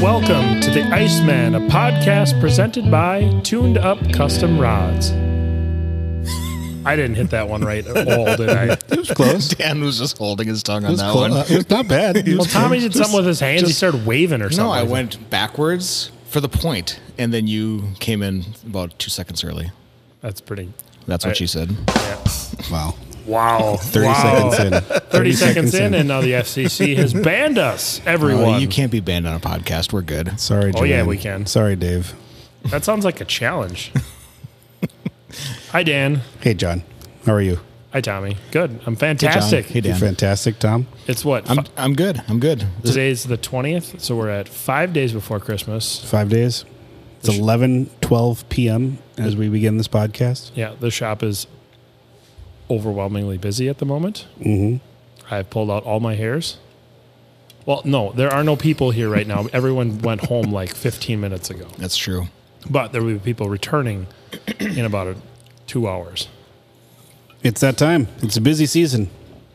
to The Iceman, a podcast presented by Tuned Up Custom Rods. I didn't hit that one right at all, did I? It was close. it Dan was just holding his tongue on was that close. one. Uh, It was not bad. It Well, was Tommy close. did something with his hands. he started waving or something. No, I went backwards for the point, and then you came in about two seconds early. That's pretty. That's what I- she said. Wow. Wow. 30 seconds in. 30, 30 seconds in, and now the FCC has banned us, everyone. Oh, you can't be banned on a podcast. We're good. Sorry, Oh, yeah, Joanne. we can. Sorry, Dave. That sounds like a challenge. Hi, Dan. Hey, John. How are you? Hi, Tommy. Good. I'm fantastic. Hey, You Dan. fantastic, Tom. It's what? I'm, fi- I'm good. I'm good. This- today's the 20th, so we're at five days before Christmas. Five days. It's 11, 12 p.m. as we begin this podcast. Yeah, the shop is overwhelmingly busy at the moment. Mm-hmm. I've pulled out all my hairs. Well, no, there are no people here right now. Everyone went home like 15 minutes ago, That's true. but there will be people returning in about a, two hours. It's that time. It's a busy season.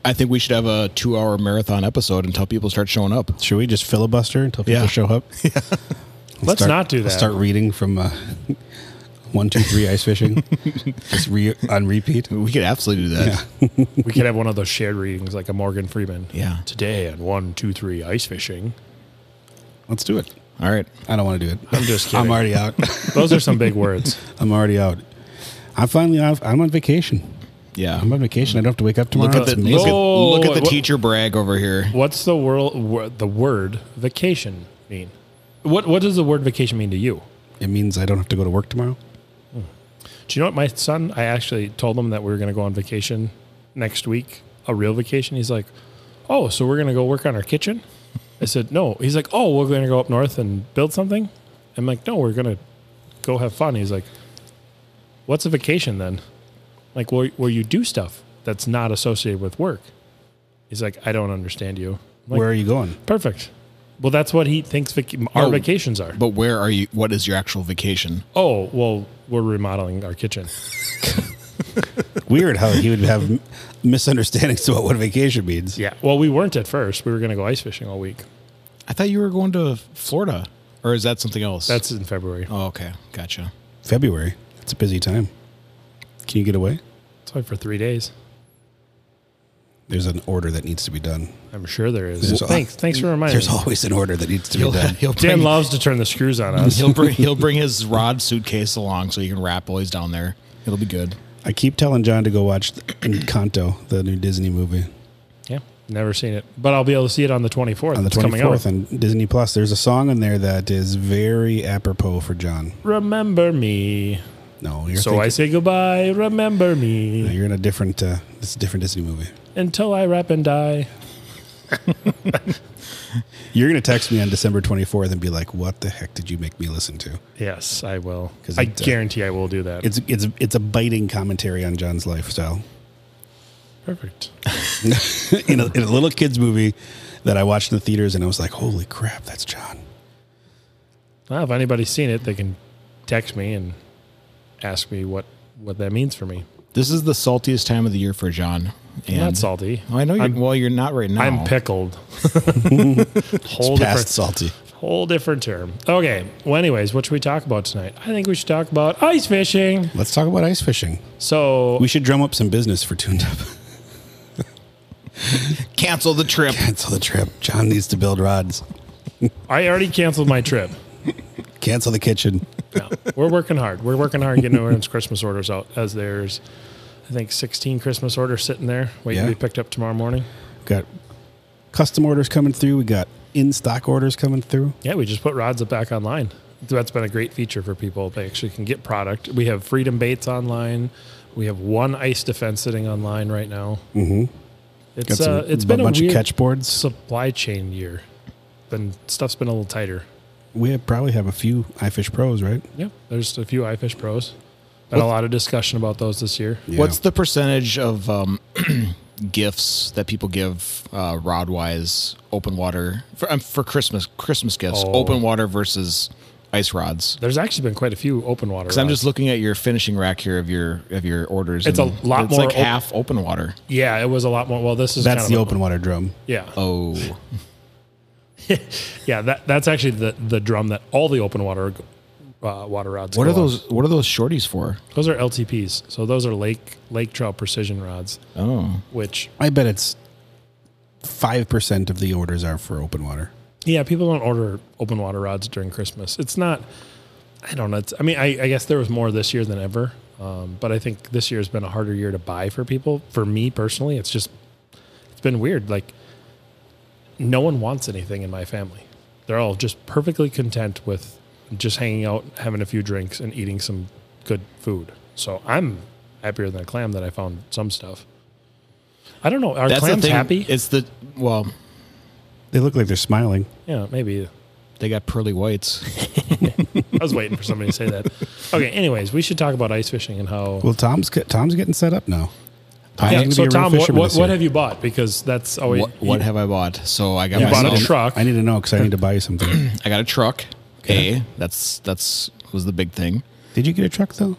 I think we should have a two hour marathon episode until people start showing up. Should we just filibuster until people Yeah. show up? Let's Start- not do that. I'll start reading from uh, one, two, three ice fishing. just re- on repeat. We could absolutely do that. We could have one of those shared readings like a Morgan Freeman. Yeah. Today on one, two, three, ice fishing. Let's do it. All right. I don't want to do it. I'm just kidding. I'm already out. Those are some big words. I'm already out. I'm finally off. I'm on vacation. Yeah. I'm on vacation. I don't have to wake up tomorrow. Look at, the, It's amazing. look, at, Whoa, look at the what- teacher brag over here. What's the world wor- the word vacation mean? What what does the word vacation mean to you? it means I don't have to go to work tomorrow. Do you know what my son? I actually told him that we were going to go on vacation next week, a real vacation. He's like, "Oh, so we're going to go work on our kitchen?" I said, "No." He's like, "Oh, we're going to go up north and build something." I'm like, "No, we're going to go have fun." He's like, "What's a vacation then?" Like, where where you do stuff that's not associated with work. He's like, "I don't understand you." I'm like, Where are you going? Perfect. Well, that's what he thinks vac- our No, vacations are. But where are you? What is your actual vacation? oh, well, we're remodeling our kitchen. Weird how he would have m- misunderstandings about what vacation means. Yeah. Well, we weren't at first. We were going to go ice fishing all week. I thought you were going to Florida, or is that something else? That's in February. oh, okay. Gotcha. February. It's a busy time. Can you get away? It's only for three days. There's an order that needs to be done. I'm sure there is. There's Well, al- thanks. Thanks for reminding There's me. always an order that needs to be done. he'll Dan bring- loves to turn the screws on us. He'll bring he'll bring his rod suitcase along so he can wrap while he's down there. It'll be good. I keep telling John to go watch Encanto, the new Disney movie. yeah. Never seen it, but I'll be able to see it on the 24th. On the It's coming out. 24th on Disney Plus, there's a song in there that is very apropos for John. Remember me. No, you're So thinking- I say goodbye. Remember No, me you're in a different. Uh, it's a different Disney movie. until I rap and die. You're gonna text me on December 24th and be like, "What the heck did you make me listen to?" Yes, I will. 'Cause I it, uh, guarantee I will do that. It's it's it's a biting commentary on John's lifestyle perfect. in, a, in a little kids movie that I watched in the theaters, and I was like, "Holy crap, that's John!" Well, if anybody's seen it, they can text me and ask me what what that means for me. This is the saltiest time of the year for John. And I'm not salty. I know. You're, I'm, well, you're not right now. I'm pickled. whole different, Past salty. whole different term. Okay. Well, anyways, what should we talk about tonight? I think we should talk about ice fishing. Let's talk about ice fishing. So We should drum up some business for Tuned Up. Cancel the trip. Cancel the trip. John needs to build rods. I already canceled my trip. Cancel the kitchen. No, we're working hard. We're working hard getting everyone's Christmas orders out as there's, I think, 16 Christmas orders sitting there waiting Yeah. to be picked up tomorrow morning. got custom orders coming through. We got in stock orders coming through. Yeah, we just put rods up back online. That's been a great feature for people. They actually can get product. We have Freedom Baits online. We have one ice defense sitting online right now. Mm-hmm. Got It's some, uh, it's a been a, bunch weird of catch boards. supply chain year. Been stuff's been a little tighter. We have, probably have a few iFish Pros, right? Yeah, there's a few iFish Pros. Been a lot of discussion about those this year. What's the percentage of um, gifts that people give uh, rod wise open water for um, for Christmas Christmas gifts? Oh. Open water versus ice rods. There's actually been quite a few open water. Because I'm rods. just looking at your finishing rack here of your of your orders. It's a and lot it's more like op- half open water. yeah, it was a lot more. Well, this is That's kind the of a- open water drum. Yeah, Oh, yeah, that that's actually the the drum that all the open water uh, water rods. What go are on. those? What are those shorties for? Those are LTPs. So those are lake lake trout precision rods, Oh, which I bet it's five percent of the orders are for open water. yeah, people don't order open water rods during Christmas. It's not. I don't know. It's, I mean, I, I guess there was more this year than ever, um, but I think this year has been a harder year to buy for people. For me personally, it's just it's been weird. Like no one wants anything in my family. They're all just perfectly content with just hanging out, having a few drinks, and eating some good food. So I'm happier than a clam that I found some stuff. I don't know. Are that's clams the thing. happy? It's the well, They look like they're smiling. Yeah, maybe. they got pearly whites. I was waiting for somebody to say that. Okay, anyways, we should talk about ice fishing and how. Well, Tom's get- Tom's getting set up now. Tom's yeah, gonna so, be a real Tom, what, fisherman what, this what year. have you bought? Because that's always. what what have I bought? So I got You I bought a need to- myself- truck. I need to know because I need to buy you something. I got a truck. A that's that's was the big thing. Did you get a truck though?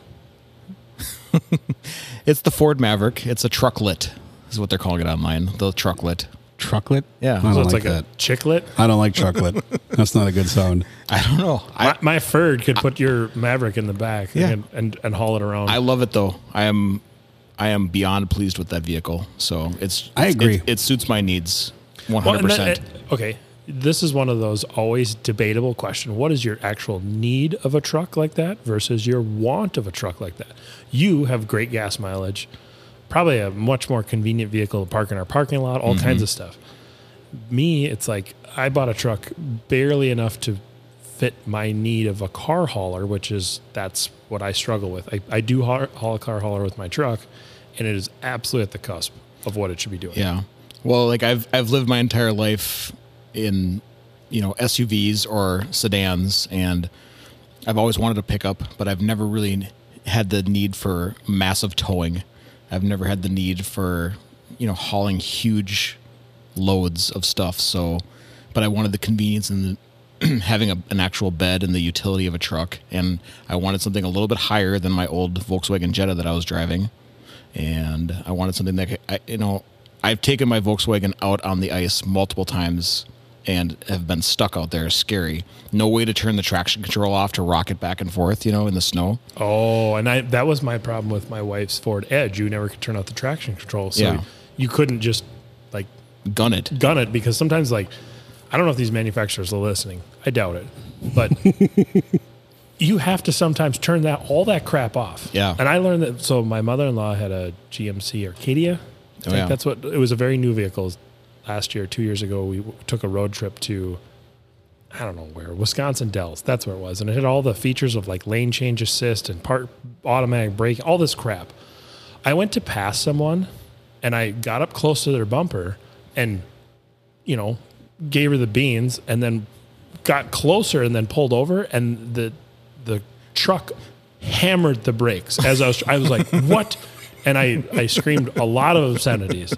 It's the Ford Maverick. It's a trucklet. Is what they're calling it online. The trucklet. Trucklet? Yeah. I don't So it's like, like, that. a chiclet. I I don't like chocolate. That's not a good sound. I don't know. I, My, my Ferd could put your Maverick in the back Yeah. and, and, and haul it around. I love it though. I am I am beyond pleased with that vehicle. So it's I agree. It, it suits my needs one Well, hundred and then- percent. uh, okay. This is one of those always debatable question. What is your actual need of a truck like that versus your want of a truck like that? You have great gas mileage, probably a much more convenient vehicle to park in our parking lot, all Mm-hmm. kinds of stuff. Me, it's like I bought a truck barely enough to fit my need of a car hauler, which is that's what I struggle with. I, I do haul, haul a car hauler with my truck, and it is absolutely at the cusp of what it should be doing. Yeah. Well, like I've I've lived my entire life in you know SUVs or sedans, and I've always wanted a pickup, but I've never really had the need for massive towing. I've never had the need for you know hauling huge loads of stuff. So, but I wanted the convenience and the having a, an actual bed and the utility of a truck, and I wanted something a little bit higher than my old Volkswagen Jetta that I was driving and I wanted something that could- I, you know, I've taken my Volkswagen out on the ice multiple times and have been stuck out there. Scary. No way to turn the traction control off to rock it back and forth, you know, in the snow. Oh, and I that was my problem with my wife's Ford Edge. You never could turn out the traction control, so Yeah. you couldn't just like Gun it. gun it because sometimes like I don't know if these manufacturers are listening. I doubt it, but you have to sometimes turn that all that crap off. Yeah. and I learned that. So my mother in law had a GMC Arcadia. I think Oh, yeah. that's what it was. A very new vehicle. Last year, two years ago, we w- took a road trip to I don't know where, Wisconsin Dells. That's where it was. And it had all the features of like lane change assist and part automatic brake, all this crap. I went to pass someone and I got up close to their bumper and, you know, gave her the beans and then got closer and then pulled over and the the truck hammered the brakes as I was I was like, what? And I, I screamed a lot of obscenities.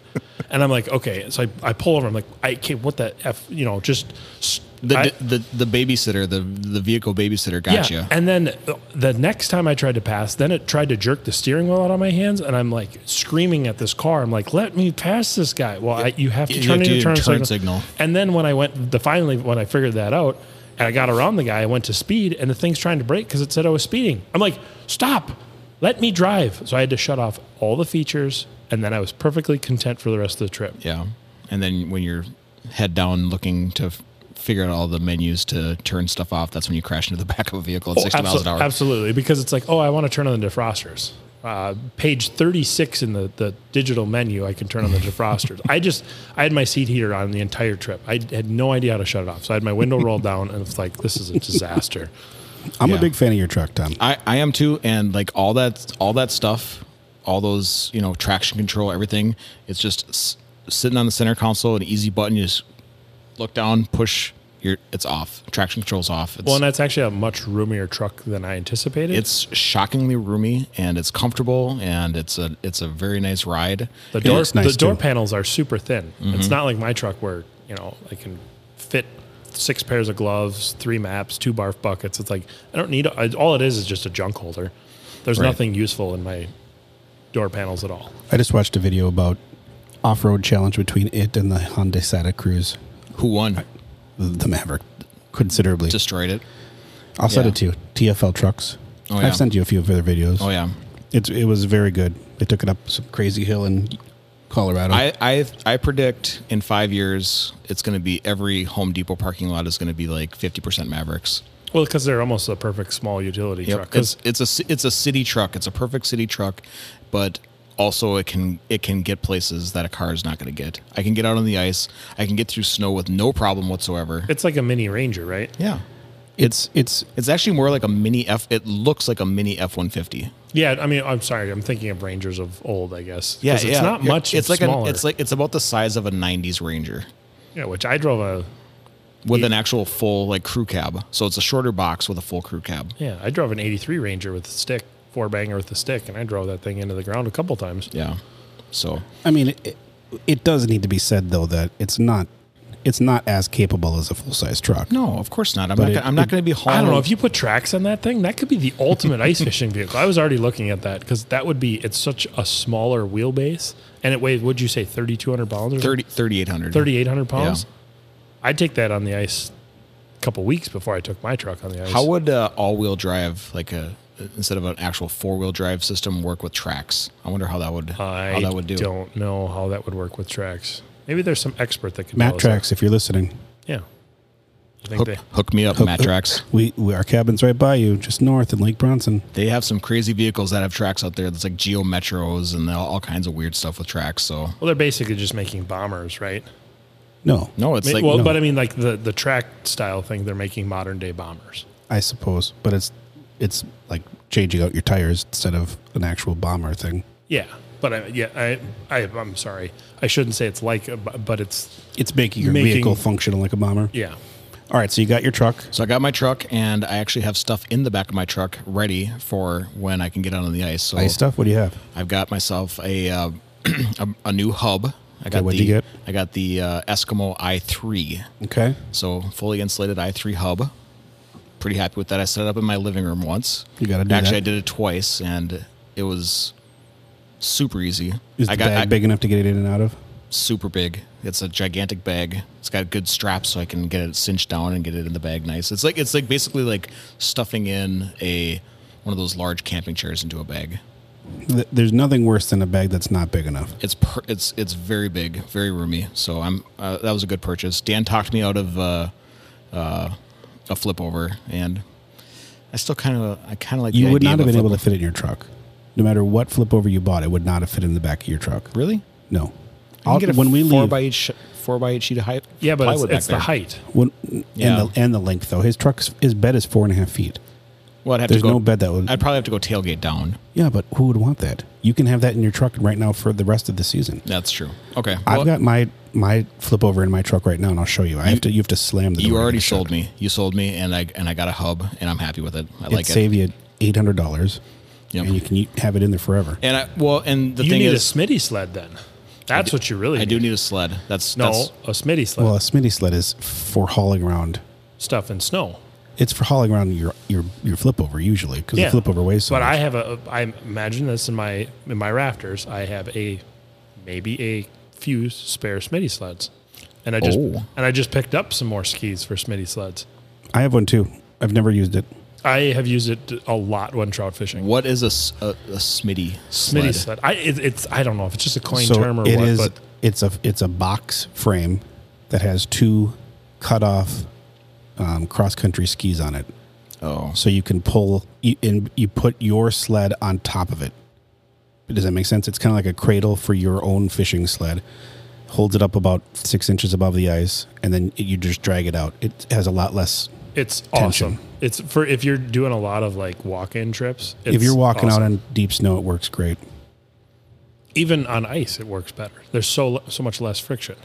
And I'm like, okay. So I, I pull over. I'm like, I can't, what the F, you know, just s- The, I- the the babysitter, the the vehicle babysitter got you. and then the next time I tried to pass, then it tried to jerk the steering wheel out of my hands, and I'm like screaming at this car. I'm like, "Let me pass this guy!" Well, I, you have to You turn have in to your do turn, turn signal. signal. And then when I went, the finally when I figured that out, and I got around the guy, I went to speed, and the thing's trying to brake because it said I was speeding. I'm like, "Stop! Let me drive!" So I had to shut off all the features, and then I was perfectly content for the rest of the trip. Yeah. And then when you're head down looking to f- figure out all the menus to turn stuff off, that's when you crash into the back of a vehicle at 60 Absol- miles an hour. Absolutely, because it's like, oh, I want to turn on the defrosters. Uh, page 36 in the, the digital menu, I can turn on the defrosters. I just, I had my seat heater on the entire trip. I had no idea how to shut it off. So I had my window rolled down and it's like, this is a disaster. I'm a Yeah. big fan of your truck, Tom. I, I am too, and like all that all that stuff, all those you know traction control, everything. It's just s- sitting on the center console, an easy button. You just look down, push. Your it's off. Traction control's off. It's Well, and that's actually a much roomier truck than I anticipated. it's shockingly roomy and it's comfortable and it's a it's a very nice ride. the door, looks nice, the door too. panels are super thin. Mm-hmm. It's not like my truck where, you know, I can fit six pairs of gloves, three maps, two barf buckets. It's like, I don't need, I, all it is is just a junk holder. There's Right. nothing useful in my door panels at all. I just watched a video about off-road challenge between it and the Honda Santa Cruz. Who won? the Maverick considerably. Destroyed it. I'll send yeah. it to you. TFL trucks. Oh, yeah. I've sent you a few of their videos. Oh yeah. It's it was very good. They took it up some crazy hill in Colorado. I, I I predict in five years it's going to be every Home Depot parking lot is going to be like fifty percent Mavericks. Well, because they're almost a perfect small utility truck. Yep. 'Cause It's it's a ci- it's a city truck. It's a perfect city truck, but also it can it can get places that a car is not going to get. I can get out on the ice. I can get through snow with no problem whatsoever. it's like a mini Ranger, right? yeah. it's it's It's actually more like a mini F. It looks like a mini F one fifty. Yeah, I mean, I'm sorry, I'm thinking of Rangers of old, I guess. 'Cause it's not much. It's like smaller. A, it's like it's about the size of a '90s Ranger yeah, which I drove a with an actual full like crew cab. So it's a shorter box with a full crew cab. yeah, I drove an '83 Ranger with a stick, four banger with a stick, and I drove that thing into the ground a couple times. Yeah. So I mean it, it does need to be said though that it's not it's not as capable as a full size truck. no, of course not. I'm But not. it- gonna, I'm not it- going to be I hauling. don't know if you put tracks on that thing, that could be the ultimate ice fishing vehicle. I was already looking at that because that would be it's such a smaller wheelbase, and it weighed. Would you say 3,200 pounds or 30, 3,800. 3,800 pounds? I'd take that on the ice. A couple weeks before I took my truck on the ice. How would uh, all-wheel drive, like a instead of an actual four-wheel drive system, work with tracks? I wonder how that would I how that would do. not know how that would work with tracks. Maybe there's some expert that could tell Matt us tracks, if you're listening, that. Yeah. I think Hook, they, hook me up, Matt Tracks. we, we our cabin's right by you, just north in Lake Bronson. They have some crazy vehicles that have tracks out there. That's like Geo Metros and all all kinds of weird stuff with tracks. So well, they're basically just making bombers, right? No, no, it's I mean, like well, no. but I mean, like the, the track style thing, they're making modern day bombers. I suppose, but it's it's like changing out your tires instead of an actual bomber thing. Yeah. But I, yeah, I, I, I'm sorry. I shouldn't say it's like, a bu- but it's, It's making your Making- vehicle functional like a bomber. yeah. All right, so you got your truck. So I got my truck, and I actually have stuff in the back of my truck ready for when I can get out on the ice. So Ice stuff. What do you have? I've got myself a uh, a, a new hub. I got what'd the you get? I got the uh, Eskimo i3, Okay. so fully insulated i3 hub. Pretty happy with that. I set it up in my living room once. You gotta do actually that. I did it twice, and it was super easy. Is the I got bag I- big enough to get it in and out of? super big. It's a gigantic bag. It's got good straps so I can get it cinched down and get it in the bag nice. It's like it's like basically like stuffing in a one of those large camping chairs into a bag. Th- There's nothing worse than a bag that's not big enough. It's per, it's it's very big, very roomy. So I'm uh, that was a good purchase. Dan talked me out of uh, uh, a flip over, and I still kind of I kind of like You the would idea of not have a been flip able to fit it in your truck, no matter what flip over you bought. It would not have fit in the back of your truck. over. really. No. I I'll- can get a when we four leave, by eight sh- four by eight sheet of height. Yeah. But it's, plywood back it's the there. height. when, Yeah. and the and the length though, his truck's his bed is four and a half feet. Well, I'd have There's to go, no bed that would. I'd probably have to go tailgate down. yeah, but who would want that? You can have that in your truck right now for the rest of the season. That's true. Okay, I've got my my flip over in my truck right now, and I'll show you. I have to. You have to slam the. You door to already get it shut. sold me. You sold me, and I and I got a hub, and I'm happy with it. I It like it. save you eight hundred dollars, Yep. and you can u- have it in there forever. And I well, and the You thing need is, a Smitty sled then. That's what you really I need. do need a sled. That's No, That's, a Smitty sled. Well, a Smitty sled is for hauling around. stuff in snow. It's for hauling around your your your flip over usually because the flip over weighs so But much. I have a. I imagine this in my in my rafters. I have a maybe a few spare Smitty sleds, and I just Oh. and I just picked up some more skis for Smitty sleds. I have one too. I've never used it. I have used it a lot when trout fishing. what is a, s- a, a Smitty sled? Smitty sled. I it, it's I don't know if it's just a coin so term or it what, is- but It's a it's a box frame that has two cut off um, cross country skis on it, Oh, so you can pull you, and you put your sled on top of it. Does that make sense? It's kind of like a cradle for your own fishing sled. Holds it up about six inches above the ice, and then you just drag it out. It has a lot less it's Tension. awesome. It's for if you're doing a lot of like walk-in trips. It's if you're walking awesome. out on deep snow, it works great. even on ice, it works better. There's so le- so much less friction.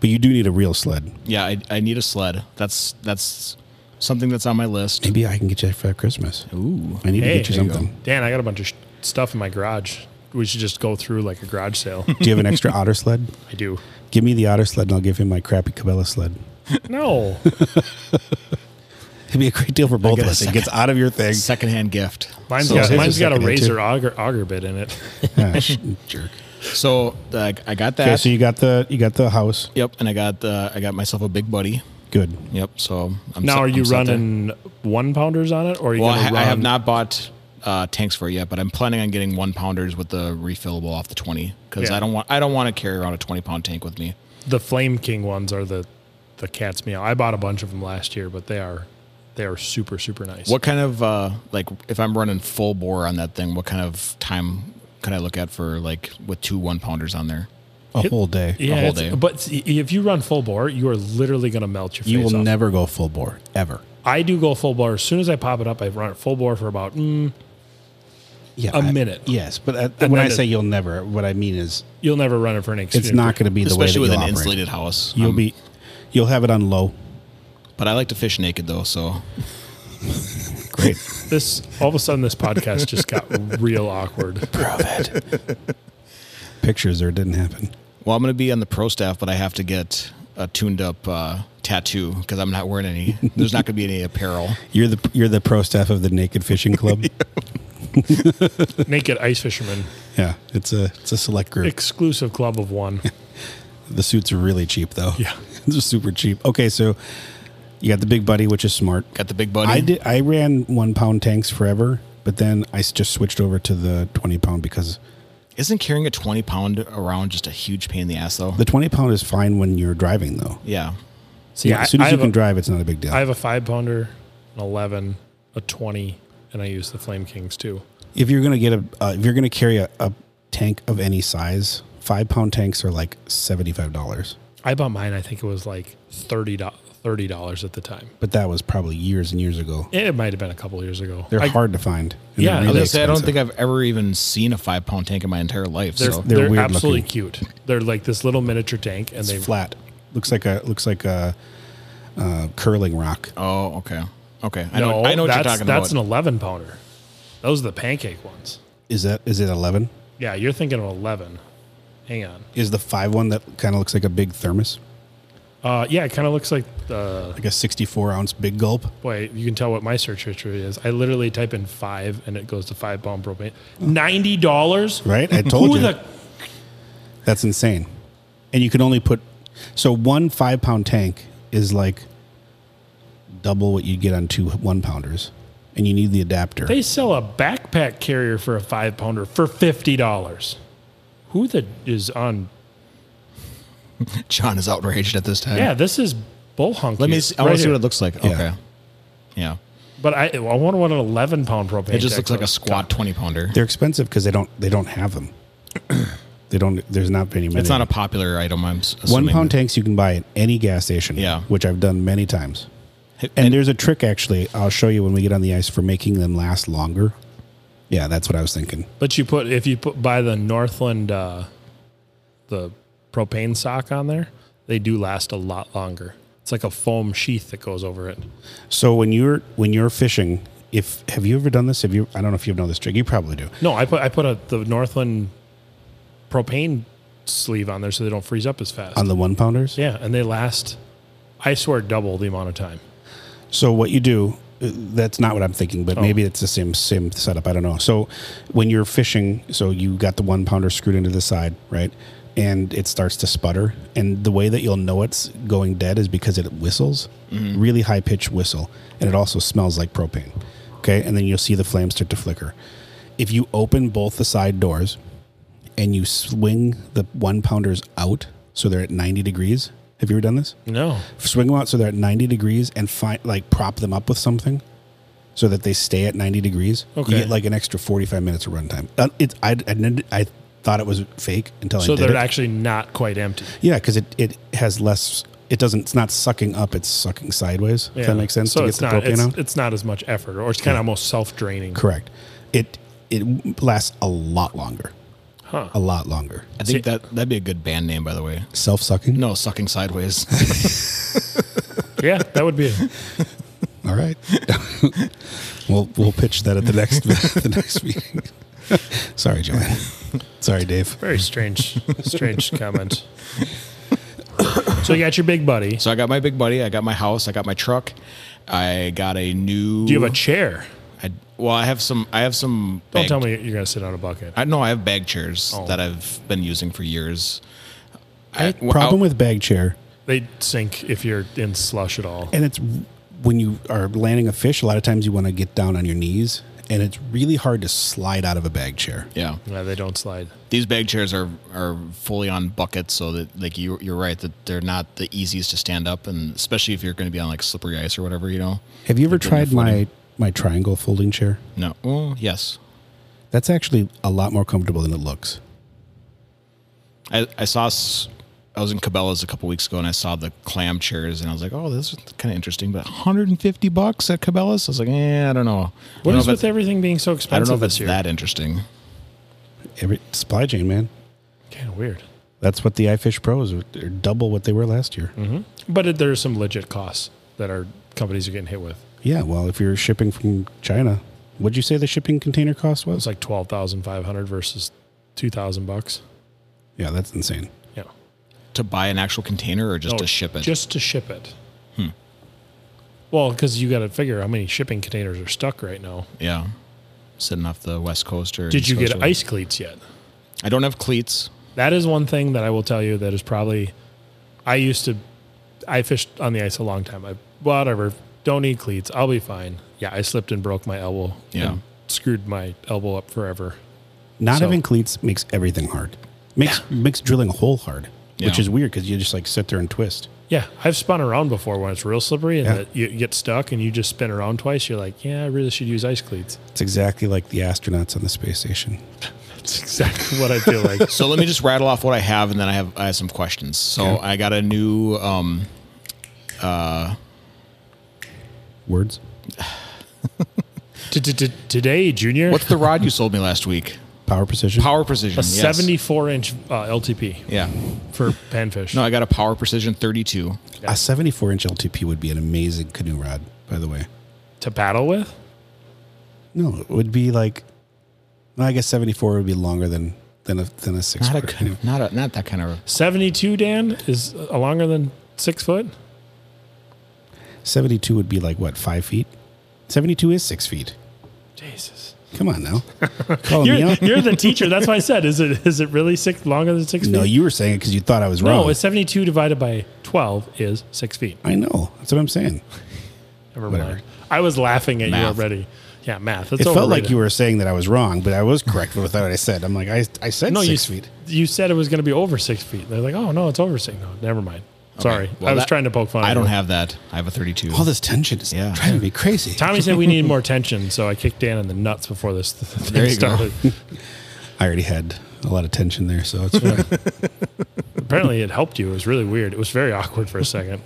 But you do need a real sled. yeah. I, I need a sled. That's that's something that's on my list. Maybe I can get you for Christmas. Ooh, I need to get you there you something. Dan, I got a bunch of sh- stuff in my garage. We should just go through like a garage sale. Do you have an extra otter sled? I do. Give me the otter sled, and I'll give him my crappy Cabela sled. No. It'd be a great deal for both got of a us. It second- gets out of your thing. secondhand gift. Mine's So- got, his mine's is got a secondhand, too. razor auger, auger bit in it. Gosh, jerk. So like I got Okay, that. so you got the you got the house. yep, and I got uh, I got myself a big buddy. Good. Yep. So I'm Now, set- are you I'm set there. running one pounders on it, or are you Well, I, going ha- to I run? have not bought uh, tanks for it yet, but I'm planning on getting one pounders with the refillable off the twenty because Yeah. I don't want I don't want to carry around a twenty pound tank with me. The Flame King ones are the the cat's meow. I bought a bunch of them last year, but they are they are super super nice. What kind of uh, like if I'm running full bore on that thing, what kind of time could I look at for like with two one pounders on there? A whole day. Yeah, whole it's- day? but s- if you run full bore, you are literally going to melt your face. You will off. never go full bore ever. I do go full bore. As soon as I pop it up, I run it full bore for about mm, Yeah, A I- minute. Yes, but uh, And then when I the- say you'll never, what I mean is you'll never run it for an extreme. it's not going to be the way that Especially you'll with an operate. insulated house. You'll Um, be, you'll have it on low. but I like to fish naked though, so Great. This all of a sudden, this podcast just got real awkward. Prove it. Pictures or it didn't happen. well I'm gonna be on the pro staff, but I have to get a tuned up uh, tattoo because I'm not wearing any. There's not gonna be any apparel. You're the you're the pro staff of the Naked Fishing Club. Naked ice fisherman, yeah, it's a it's a select group. exclusive club of one. The suits are really cheap though. Yeah. they're super cheap. Okay, so you got the big buddy, which is smart. Got the big buddy. I did. I ran one pound tanks forever, but then I s- just switched over to the twenty pound because Isn't carrying a 20 pound around just a huge pain in the ass, though? the twenty pound is fine when you're driving though. yeah. See, Yeah, as soon I- as I you have can a- drive, it's not a big deal. I have a five pounder, an eleven, a twenty, and I use the Flame Kings too. if you're gonna get a, uh, if you're gonna carry a, a tank of any size, five pound tanks are like seventy five dollars. I bought mine. I think it was like thirty dollars at the time. But that was probably years and years ago. It might have been a couple years ago. They're I- hard to find. and Yeah, I I they're was Really gonna say, I don't expensive. think I've ever even seen a five pound tank in my entire life. They're, so they're they're weird absolutely looking. cute. They're like this little miniature tank, and It's they flat. Looks like a looks like a uh, curling rock. Oh, okay. Okay. I no, know, I know what that's, you're talking that's about. an eleven pounder. Those are the pancake ones. Is that is it eleven? Yeah, you're thinking of eleven. Hang on. Is the five one that kind of looks like a big thermos, Uh, yeah, it kind of looks like the. like a sixty four ounce big gulp? Boy, you can tell what my search history is. I literally type in five, and it goes to five pound propane. Ninety dollars. Right? I told Who you the? that's insane. And you can only put so one five pound tank is like double what you'd get on two one pounders, and you need the adapter. They sell a backpack carrier for a five pounder for fifty dollars. Who the is on? John is outraged at this time. Yeah, this is bullhunk. Let me see. I want to see what it looks like. Yeah. Okay. Yeah. But I, I wonder what an eleven pound propane. It just tank looks like a squat 20 pounder. They're expensive because they don't they don't have them. they don't. There's not very many. It's not a popular item, I'm s- assuming. One pound tanks you can buy at any gas station. Yeah. Which I've done many times. Hey, And, there's a trick actually I'll show you when we get on the ice for making them last longer. Yeah, that's what I was thinking. But you put if you put by the Northland, uh, the propane sock on there, they do last a lot longer. It's like a foam sheath that goes over it. So when you're when you're fishing, if have you ever done this? Have you I don't know if you've known this trick. You probably do. No, I put I put a the Northland propane sleeve on there so they don't freeze up as fast. On the one pounders? yeah, and they last. I swear, double the amount of time. So what you do, uh, that's not what I'm thinking, but maybe it's the same same setup. I don't know. So when you're fishing, so you got the one pounder screwed into the side, right? And it starts to sputter. And the way that you'll know it's going dead is because it whistles, really high pitched whistle, and it also smells like propane. Okay, and then you'll see the flames start to flicker. If you open both the side doors and you swing the one pounders out, so they're at 90 degrees. Have you ever done this? No, swing them out so they're at 90 degrees and find like prop them up with something so that they stay at 90 degrees Okay. you get like an extra 45 minutes of runtime Uh, it's I, I, didn't- I thought it was fake until so i did they're it actually not quite empty. yeah because it, it has less it doesn't it's not sucking up it's sucking sideways if that makes sense So to get it's the not propane it's, out it's not as much effort, or it's kind of almost self draining. correct it it lasts a lot longer Huh. a lot longer I think that, that'd be a good band name, by the way. self-sucking No, Sucking Sideways. Yeah, that would be. It. All right. we'll we'll pitch that at the next the next meeting. Sorry, Joanne. Sorry, Dave. Very strange, strange comment. So you got your big buddy. so I got my big buddy. I got my house. I got my truck. I got a new. Do you have a chair? I, well, I have some. I have some. Don't bag- tell me you're gonna sit on a bucket. I know I have bag chairs Oh. that I've been using for years. I- Problem I- with bag chair, They sink if you're in slush at all. and it's when you are landing a fish. A lot of times you want to get down on your knees, and it's really hard to slide out of a bag chair. yeah, Yeah, they don't slide. these bag chairs are are fully on buckets, so that like you you're right that they're not the easiest to stand up, and especially if you're going to be on like slippery ice or whatever, you know. Have you ever Like when you're tried my my triangle folding chair? No, well, yes, That's actually a lot more comfortable than it looks. I I saw. s- I was in Cabela's a couple weeks ago and I saw the clam chairs and I was like, oh, this is kind of interesting, but 150 bucks at Cabela's? I was like, eh, I don't know. I What is don't know if with it's- everything being so I don't know expensive if this it's year? that interesting. Every supply chain, man. Kind of weird. That's what the iFish Pros are they're double what they were last year. Mm-hmm. But it, there are some legit costs that our companies are getting hit with. Yeah, well, if you're shipping from China, what'd you say the shipping container cost was? It's like twelve thousand five hundred versus two thousand bucks. yeah, that's insane. Yeah, To buy an actual container or just No, to ship it? Just to ship it. Hmm. Well, because you got to figure how many shipping containers are stuck right now. yeah. Sitting off the West Coast or. Did you East Coast get or- ice cleats yet? I don't have cleats. That is one thing that I will tell you that is probably. I used to, I fished on the ice a long time. I whatever. Don't need cleats. I'll be fine. Yeah, I slipped and broke my elbow. Yeah. and screwed my elbow up forever. Not So- having cleats makes everything hard. Makes makes drilling a hole hard, which Yeah. is weird because you just like sit there and twist. Yeah, I've spun around before when it's real slippery and Yeah. that you get stuck and you just spin around twice. You're like, yeah, I really should use ice cleats. It's exactly like the astronauts on the space station. That's exactly what I feel like. So let me just rattle off what I have, and then I have I have some questions. So I got a new um, Words. T- t- t- Today, Junior, what's the rod you sold me last week? Power precision. Power Precision. a yes. 74 inch uh, LTP Yeah. for panfish. No, I got a Power Precision 32. A 74 inch LTP would be an amazing canoe rod, by the way. To paddle with? No, it would be like, well, I guess 74 would be longer than than a than a six. Not a foot kind of- not a not that kind of 72, Dan, is uh, longer than six foot? 72 would be like what five feet. 72 is six feet. Jesus. Come on now. Calling You're, me out? you're the teacher. That's why I said, is it is it really six longer than six No, feet? you were saying it because you thought I was no, wrong. it's 72 divided by 12 is six feet. I know. That's what I'm saying. Never Whatever. mind. I was laughing at Math. you already. Yeah, math. It's It felt overrated. like you were saying that I was wrong, but I was correct with what I said. I'm like, I, I said No, six you, feet. You said it was going to be over six feet. They're like, oh no, it's over six. No, never mind. Sorry, well, I was that- trying to poke fun. at I don't you. have that. I have a 32. All this tension is Yeah. driving me crazy. Tommy said we needed more tension, so I kicked Dan in the nuts before this th- thing There you go. started. I already had a lot of tension there, so it's fine. Apparently, it helped you. It was really weird. It was very awkward for a second.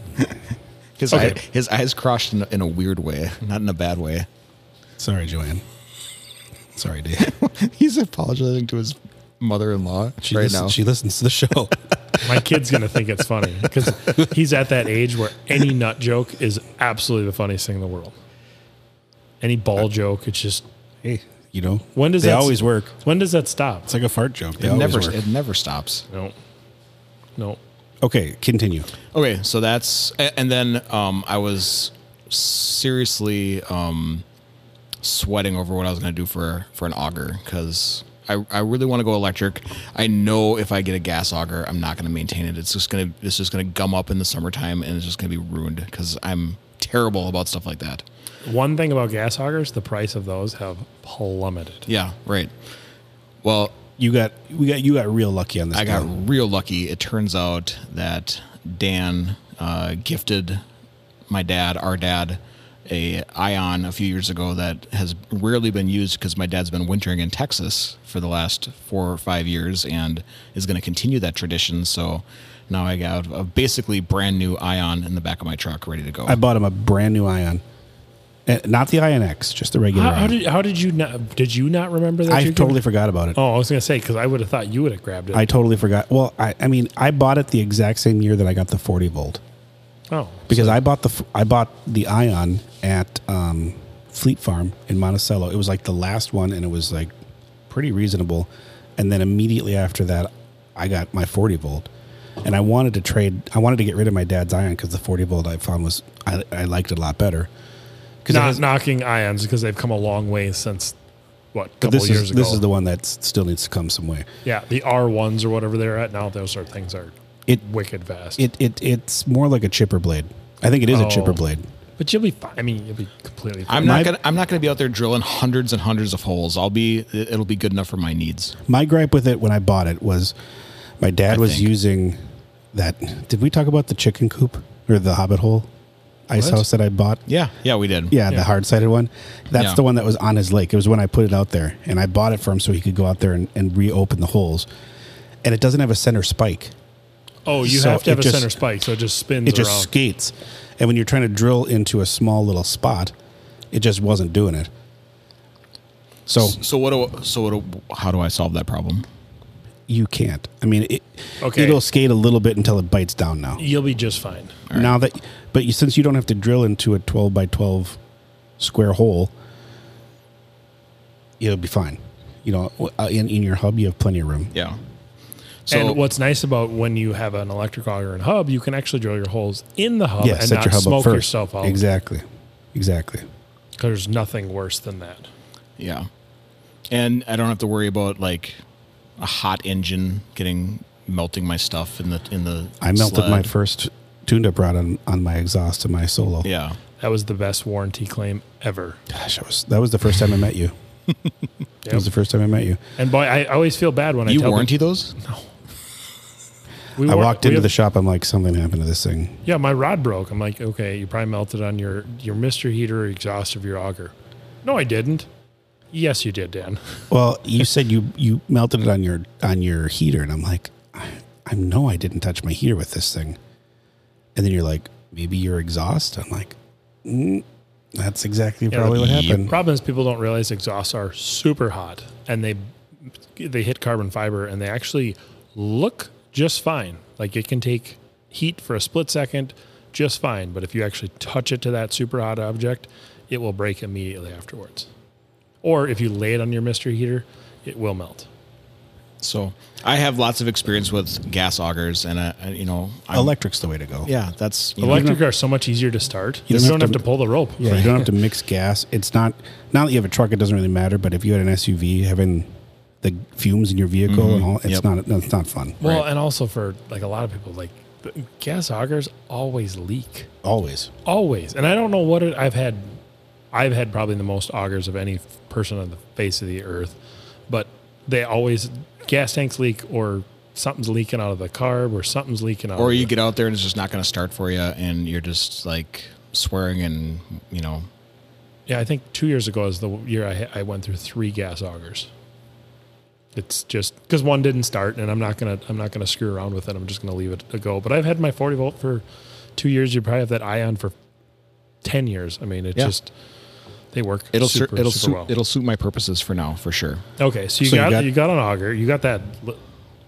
His, Okay. eye- his eyes crossed in a, in a weird way, not in a bad way. Sorry, Joanne. Sorry, Dave. He's apologizing to his mother-in-law She, listens, she listens to the show. My kid's going to think it's funny because he's at that age where any nut joke is absolutely the funniest thing in the world. Any ball joke, it's just hey, you know, when does they that always work? When does that stop? It's like a fart joke. They it always never work. it never stops. No, no. Okay, continue. Okay, so that's a- and then um, I was seriously um, sweating over what I was going to do for for an auger because I, I really want to go electric. I know if I get a gas auger, I'm not going to maintain it. It's just going to it's just going to gum up in the summertime and it's just going to be ruined because I'm terrible about stuff like that. One thing about gas hoggers, the price of those have plummeted. Yeah, right. Well, You got we got you got real lucky on this. I got one. real lucky. It turns out that Dan uh, gifted my dad, our dad, a Ion a few years ago that has rarely been used because my dad's been wintering in Texas for the last four or five years and is going to continue that tradition. So now I got a basically brand new Ion in the back of my truck, ready to go. I bought him a brand new Ion, Eh, not the Ion X, just the regular. How, how Ion. did how did you not did you not remember that? I you totally grabbed- forgot about it. Oh, I was gonna say because I would have thought you would have grabbed it. I totally forgot. Well, I, I mean, I bought it the exact same year that I got the 40 volt oh, because I bought the f- I bought the Ion at um, Fleet Farm in Monticello. It was like the last one, and it was like pretty reasonable. And then immediately after that, I got my 40 volt, and I wanted to trade. I wanted to get rid of my dad's Ion because the 40 volt I found was I, I liked it a lot better. it Not has- knocking ions because they've come a long way since what But couple this years is ago. this is the one that s- still needs to come some way. yeah the R ones or whatever they're at now. Those sort of things are It wicked fast. it it it's more like a chipper blade. I think it is a chipper Oh. blade. but you'll be fine. I mean, you'll be completely. Fine. I'm not My- gonna I'm not gonna be out there drilling hundreds and hundreds of holes. I'll be it- it'll be good enough for my needs. My gripe with it when I bought it was my dad was think. using that. Did we talk about the chicken coop or the hobbit hole ice What? house that I bought? Yeah, yeah, we did. Yeah, the Yeah. hard sided one. That's Yeah. the one that was on his lake. It was when I put it out there and I bought it for him so he could go out there and, and reopen the holes. And it doesn't have a center spike. Oh, you So have to have it a just- center spike, so it just spins It just around. skates. And when you're trying to drill into a small little spot, it just wasn't doing it. So So what do so what do, how do I solve that problem? you can't. I mean, it, Okay. it'll skate a little bit until it bites down now. You'll be just fine. Now that, but you, since you don't have to drill into a 12 by 12 square hole, it'll be fine. You know, w- uh, in, in your hub, you have plenty of room. Yeah. So and what's nice about when you have an electric auger and hub, you can actually drill your holes in the hub Yeah, and set not your hub smoke up first. yourself out. Exactly. Exactly. There's nothing worse than that. yeah, and I don't have to worry about like a hot engine getting melting my stuff in the in the. I melted my sled. first tuned up rod on, on my exhaust and my solo. Yeah. That was the best warranty claim ever. Gosh, that was, that was the first time I met you. That was the first time I met you. And boy, I always feel bad when I You tell warranty those? peop- we I war- walked we into have- the shop. I'm like, something happened to this thing. Yeah, my rod broke. I'm like, okay, you probably melted on your your Mister Heater or exhaust of your auger. No, I didn't. Yes, you did, Dan. Well, you said you you melted it on your on your heater, and I'm like, I, I know I didn't touch my heater with this thing. And then you're like, maybe your exhaust. I'm like, mm, that's exactly probably what yep. happened. Problem is, people don't realize exhausts are super hot, and they they hit carbon fiber, and they actually look just fine. Like it can take heat for a split second, just fine. But if you actually touch it to that super hot object, it will break immediately afterwards. Or if you lay it on your mystery heater, it will melt. So I have lots of experience with gas augers, and I, I you know, I'm, Electric's the way to go. yeah, that's you know, Electric are so much easier to start. You don't don't, have have to- to pull the rope. Yeah, you don't have to mix gas. It's not now that you have a truck, it doesn't really matter. But if you had an SUV, having the fumes in your vehicle and all, it's Mm-hmm. Yep. not it's not fun. Well, and also for like a lot of people, like the gas augers always leak. Always. always and i don't know what it i've had i've had probably the most augers of any person on the face of the earth but they always gas tanks leak or something's leaking out of the carb or something's leaking out or of the, you get out there and it's just not going to start for you, and you're just like swearing and you know, yeah i think two years ago is the year i, I went through three gas augers it's just because one didn't start and i'm not gonna i'm not gonna screw around with it i'm just gonna leave it a go but i've had my 40 volt for two years you probably have that ion for 10 years i mean it Yeah. just they work it'll ser- super, it'll super suit well. it'll suit my purposes for now for sure. Okay, so you So you got, you got- got an auger. You got that. li-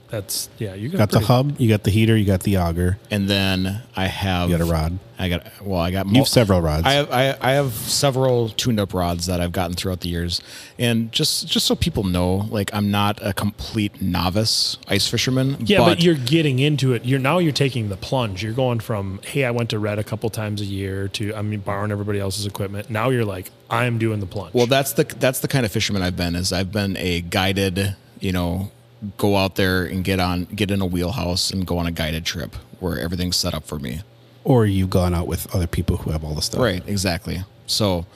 That's yeah. You got, Got the pretty- hub, you got the heater, you got the auger, And then I have you got a rod. I got well, I got You mul- have several rods. I have I, I have several tuned up rods that I've gotten throughout the years, and just just so people know, like I'm not a complete novice ice fisherman. Yeah, but, you're getting into it. You're now you're taking the plunge. You're going from hey, I went to red a couple times a year to I'm borrowing everybody else's equipment. Now you're like I'm doing the plunge. Well, that's the that's the kind of fisherman I've been. Is I've been a guided, you know, go out there and get on, get in a wheelhouse and go on a guided trip where everything's set up for me. or you've gone out with other people who have all the stuff. Right, exactly. So,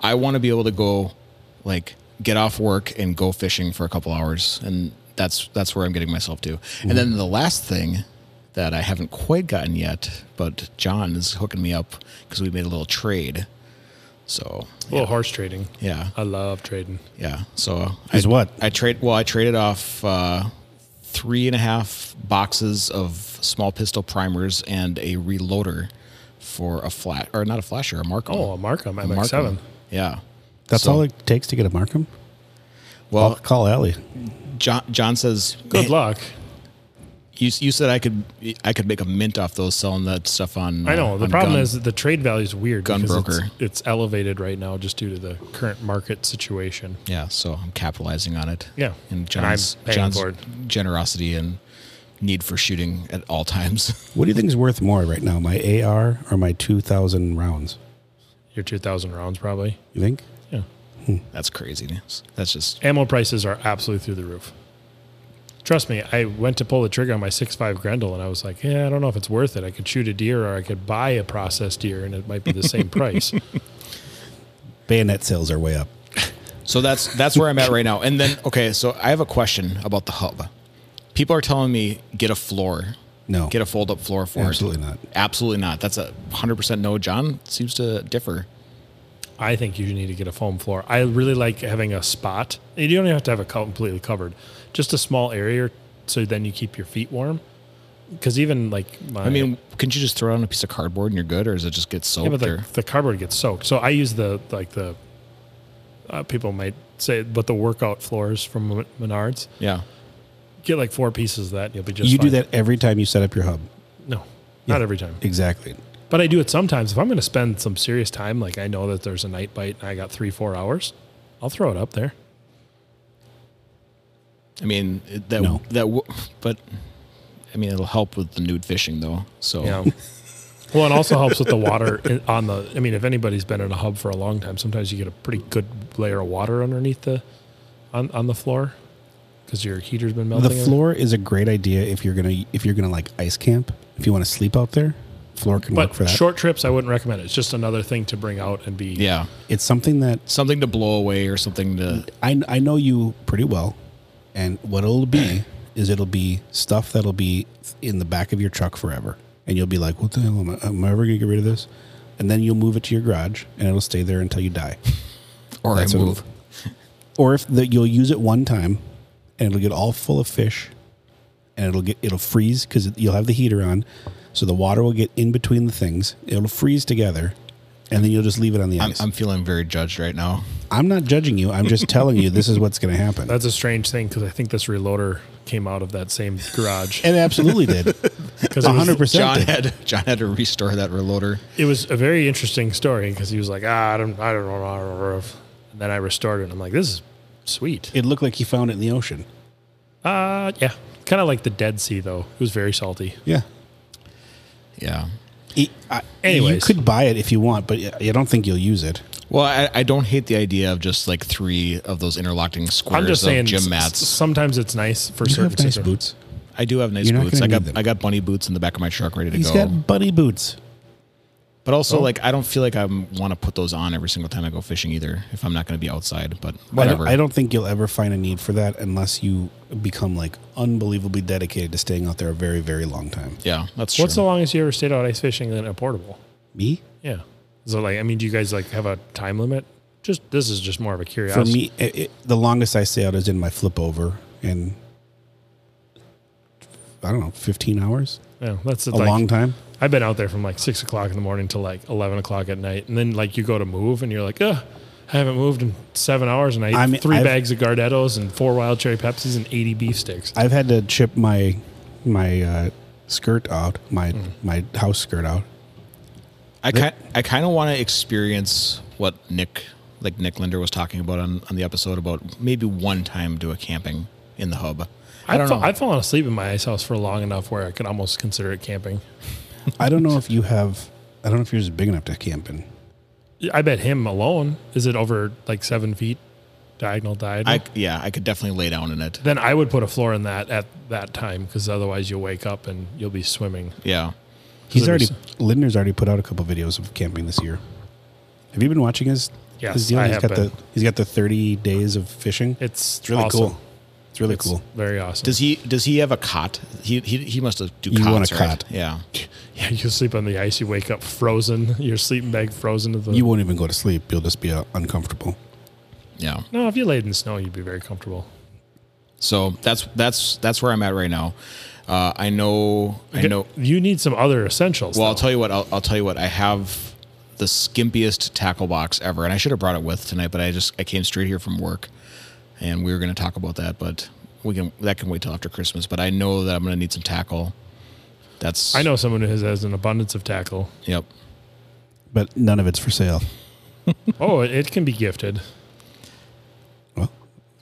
I want to be able to go, like, get off work and go fishing for a couple hours, and that's that's where I'm getting myself to. And Mm-hmm. then the last thing that I haven't quite gotten yet, but John is hooking me up because we made a little trade. So, a little horse trading. yeah, I love trading. yeah. So Is what? I trade. Well, I traded off uh, three and a half boxes of small pistol primers and a reloader for a flat or not a flasher, a Markham. Oh, a Markham A MX7. Yeah. That's So- all it takes to get a Markham. I'll Well, call Allie. John, John says, Good "Man, luck. You, you said I could I could make a mint off those selling that stuff on. I uh, know the on problem Gun. is that the trade value is weird. Gun because broker. It's, it's elevated right now just due to the current market situation. Yeah, so I'm capitalizing on it. Yeah, and I'm and John's, paying John's for it. generosity and need for shooting at all times. What do you think is worth more right now, my AR or my 2,000 rounds? your 2,000 rounds probably. You think? Yeah. That's craziness. That's just Ammo prices are absolutely through the roof. Trust me, I went to pull the trigger on my 6.5 Grendel and I was like, yeah, I don't know if it's worth it. I could shoot a deer or I could buy a processed deer and it might be the same price. Bayonet sales are way up. so that's that's where I'm at right now. And then okay, so I have a question about the hub. People are telling me get a floor. No. Get a fold up floor for it. Absolutely not. Absolutely not. That's a hundred percent no. John seems to differ. I think you need to get a foam floor. I really like having a spot. You don't even have to have it co- completely covered, just a small area so then you keep your feet warm. Because even like my, I mean, couldn't you just throw it on a piece of cardboard and you're good, or does it just get Yeah, soaked? but or the, the cardboard gets soaked. So I use the like the uh, people might say, but the workout floors from Menards yeah. get like four pieces of that. And you'll be just you do fine. that every time you set up your hub. No, not every time, Exactly. but I do it sometimes. If I'm going to spend some serious time, like I know that there's a night bite and I got three four hours, I'll throw it up there. I mean it- that No. that w- but I mean it'll help with the nude fishing though. So Yeah. well, it also helps with the water in- on the. I mean, if anybody's been in a hub for a long time, sometimes you get a pretty good layer of water underneath the on on the floor because your heater's been melting. The and- floor is a great idea if you're gonna if you're gonna like ice camp. If you want to sleep out there, floor can work But for that. short trips, I wouldn't recommend it. It's just another thing to bring out and be. yeah, it's something that something to blow away or something to I I know you pretty well, and what it'll be is it'll be stuff that'll be in the back of your truck forever, and you'll be like, "What the hell am I, am I ever gonna get rid of this?" And then you'll move it to your garage, and it'll stay there until you die. or I That's what- move. Or if the, you'll use it one time, and it'll get all full of fish, and it'll get it'll freeze because you'll have the heater on, so the water will get in between the things. It'll freeze together, and then you'll just leave it on the I'm, ice. I'm feeling very judged right now. I'm not judging you. I'm just telling you this is what's gonna happen. That's a strange thing because I think this reloader came out of that same garage. It absolutely did. 'Cause it was- 100%. John did. had John had to restore that reloader. it was a very interesting story because he was like, ah, I don't, I don't know, I don't know." And then I restored it. and I'm like, this is sweet. It looked like he found it in the ocean. Uh, yeah, kind of like the Dead Sea though. It was very salty. Yeah. Yeah. It, I, Anyways. you could buy it if you want, but I- I don't think you'll use it. Well, I, I don't hate the idea of just like three of those interlocking squares I'm just of saying, s- gym s- mats. sometimes it's nice for You certain have nice situations. boots. I do have nice You're not boots. I gonna got need them. I got bunny boots in the back of my truck ready to He's go. got bunny boots. but also, Oh. like, I don't feel like I want to put those on every single time I go fishing either. If I'm not going to be outside, but I don't- whatever. I don't think you'll ever find a need for that unless you become like unbelievably dedicated to staying out there a very, very long time. yeah, that's What's true. the longest you ever stayed out ice fishing in a portable? Me? Yeah. So like, I mean, do you guys like have a time limit? Just this is just more of a For curiosity. me, it, it, the longest I stay out is in my flip over and I don't know, 15 hours? yeah, that's A long time? I've been out there from like six o'clock in the morning till like eleven o'clock at night, and then like you go to move, and you're like, ugh. I haven't moved in seven hours, and I ate I mean, 3 I've- bags of Gardettos and four wild cherry Pepsis and eighty beef sticks. I've had to chip my my uh, skirt out, my Hmm. my house skirt out. I kind I kind of want to experience what Nick like Nick Linder was talking about on, on the episode about maybe one time do a camping in the hub. I don't I've fa- know. I've fallen asleep in my ice house for long enough where I could almost consider it camping. I don't know if you have. I don't know if yours is big enough to camp in. I bet him alone is it over like seven feet diagonal diagonal. I yeah, I could definitely lay down in it. then I would put a floor in that at that time because otherwise you'll wake up and you'll be swimming. Yeah. He's there's- already Lindner's already put out a couple videos of camping this year. Have you been watching his? Yes, his deal? I He's have got been. the he's got the thirty days of fishing. It's, It's really awesome. cool. It's really It's cool. Very awesome. Does he does he have a cot? He he, he must have do You cots, want a right? cot. Yeah. yeah, you sleep on the ice. You wake up frozen. Your sleeping bag frozen to the. You won't even go to sleep. You'll just be uh, uncomfortable. Yeah. no, if you laid in snow, you'd be very comfortable. So that's that's that's where I'm at right now. Uh, I know I know You need some other essentials. well I'll though. tell you what I'll, I'll tell you what I have the skimpiest tackle box ever and I should have brought it with tonight but I just I came straight here from work and we were going to talk about that but we can that can wait till after Christmas but I know that I'm going to need some tackle. That's I know someone who has, has an abundance of tackle. Yep. But none of it's for sale. oh, it, it can be gifted. Well,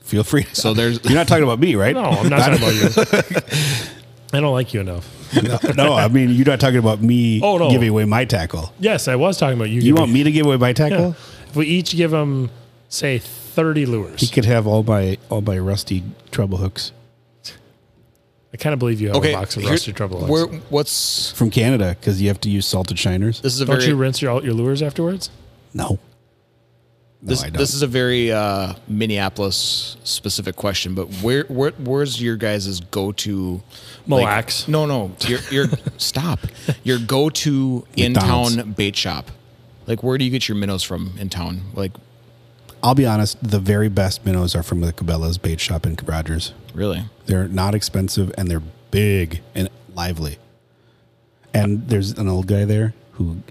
feel free. So there's You're not talking about me, right? No, I'm not talking about you. I don't like you enough. No, no, I mean you're not talking about me Oh, no. giving away my tackle. Yes, I was talking about you. You want me to give away my Yeah. tackle? If we each give them, say, 30 He lures, could have all my all my rusty treble hooks I kind of believe you have Okay. a box of here- rusted treble hooks. where- what's from Canada because you have to use salted shiners. this is a Don't very you rinse your, out your lures afterwards? No, no, this, I don't. this is a very uh, Minneapolis specific question, but where where where's your guys' go to? Mille Lacs. No, no. Your your stop. Your go to in town McDonald's. bait bait shop. Like where do you get your minnows from in town? Like I'll be honest. The very best minnows are from the Cabela's bait shop in Rogers. really? They're not expensive and they're big and lively. And there's an old guy there who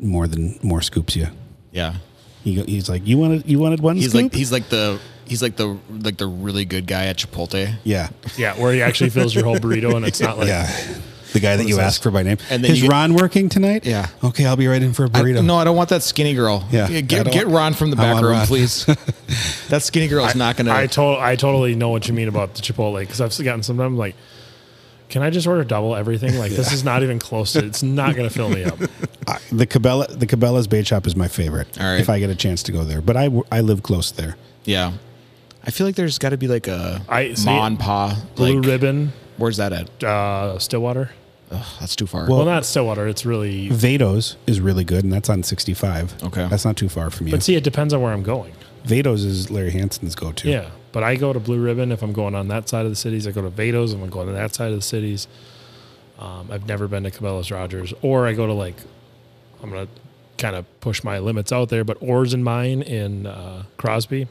more than more scoops you. Yeah. He, go- he's like, you wanted you wanted one He's scoop? like he's like the he's like the like the really good guy at Chipotle. yeah, Yeah, where he actually fills your whole burrito and it's not like. yeah. The guy that you asked for by name. And And then is you get- Ron working tonight? Yeah. Okay, I'll be right in for a I- burrito. no, I don't want that skinny girl. Yeah, I Get don't- get Ron from the I back want room, Ron. please. that skinny girl's not gonna I, to- I totally know what you mean about the Chipotle because I've gotten sometimes like, can I just order double everything? Like, this is not even close to It's not going to fill me up. I- the Cabela the Cabela's bait shop is my favorite. All right. If I get a chance to go there, but I w- I live close there. Yeah. I feel like there's got to be like a I- see, Ma and Pa. Blue like, Ribbon, Where's that at? uh, Stillwater. Ugh, that's too far. Well, not Stillwater. It's really. Vados is really good, and that's on 65. Okay. That's not too far from you. But see, it depends on where I'm going. Vados is Larry Hansen's go to. Yeah, but I go to Blue Ribbon if I'm going on that side of the cities. I go to Vados if I'm going to that side of the cities. Um, I've never been to Cabela's Rogers, or I go to like I'm gonna kind of push my limits out there, but Oars and Mine in uh, Crosby,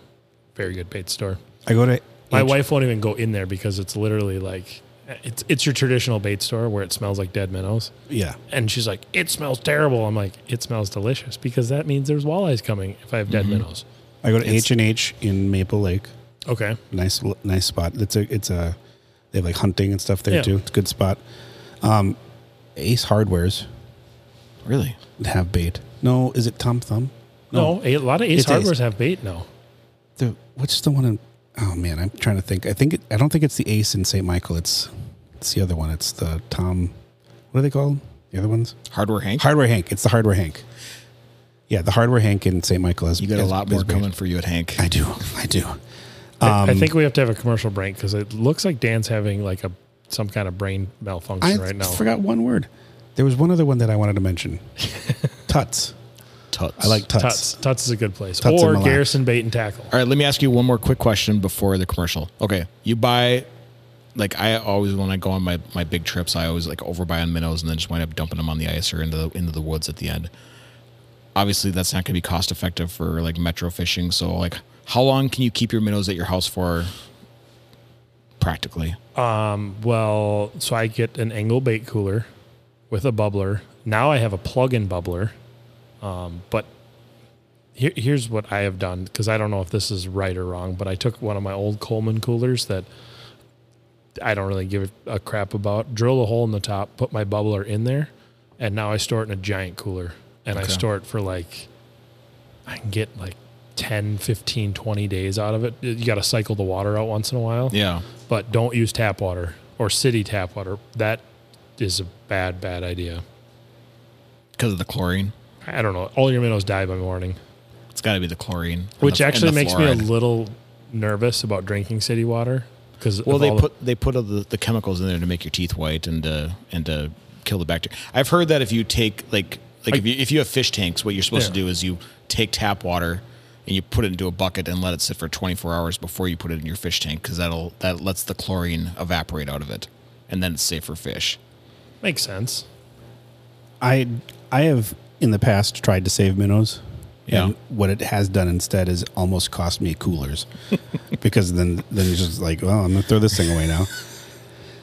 very good bait store. I go to My wife won't even go in there because it's literally like it's it's your traditional bait store where it smells like dead minnows, Yeah. and she's like, "It smells terrible." I'm like, "It smells delicious because that means there's walleyes coming if I have Mm-hmm. dead minnows." I go to H and H in Maple Lake. Okay, Nice, l- nice spot. It's a, it's a, they have like hunting and stuff there Yeah. too. It's a good spot. Um, Ace Hardwares really? have bait. No, is it Tom Thumb? no, a lot of Ace It's Ace. Hardwares have bait now. The what's the one in? Oh man, I'm trying to think. I think it, I don't think it's the Ace in St. Michael. It's it's the other one. It's the Tom. What are they called? The other ones? Hardware Hank? Hardware Hank. It's the Hardware Hank. Yeah, the Hardware Hank in St. Michael has. you got a has- lot has more bait. coming for you at Hank. I do. I do. I- Um, I think we have to have a commercial break because it looks like Dan's having like a some kind of brain I malfunction right now. forgot one word. There was one other one that I wanted to mention. Tuts. Tuts. I like tuts. Tuts. Tuts is a good place. Tuts in or Mille Lacs. Garrison Bait and Tackle. All right, let me ask you one more quick question before the commercial. Okay. You buy, like, I always, when I go on my, my big trips, I always like overbuy on minnows and then just wind up dumping them on the ice or into the, into the woods at the end. Obviously, that's not going to be cost effective for like metro fishing. So, like, how long can you keep your minnows at your house for practically? Well, so I get an angle bait cooler with a bubbler. Now I have a plug-in bubbler. Um, but here, here's what I have done because I don't know if this is right or wrong, but I took one of my old Coleman coolers that I don't really give a crap about, drill a hole in the top, put my bubbler in there, and now I store it in a giant cooler. And I store it for like, I can get like 10, 15, 20 days out of it. You got to cycle the water out once in a while Yeah. but don't use tap water or city tap water. That is a bad, bad idea. Because of the chlorine. I don't know. All your minnows die by morning, It's got to be the chlorine, and which the- and actually the makes me a fluoride. little nervous about drinking city water because Well, they put they put all the, the chemicals in there to make your teeth white and to and to kill the bacteria. I've heard that if you take like like if you if you have fish tanks, what you're supposed to Yeah. do is you take tap water and you put it into a bucket and let it sit for 24 hours before you put it in your fish tank because that'll that lets the chlorine evaporate out of it, and then it's safe for fish. makes sense. I I have in the past tried to save minnows. Yeah. And what it has done instead is almost cost me coolers, because then then it's just like, well, I'm gonna throw this thing away now.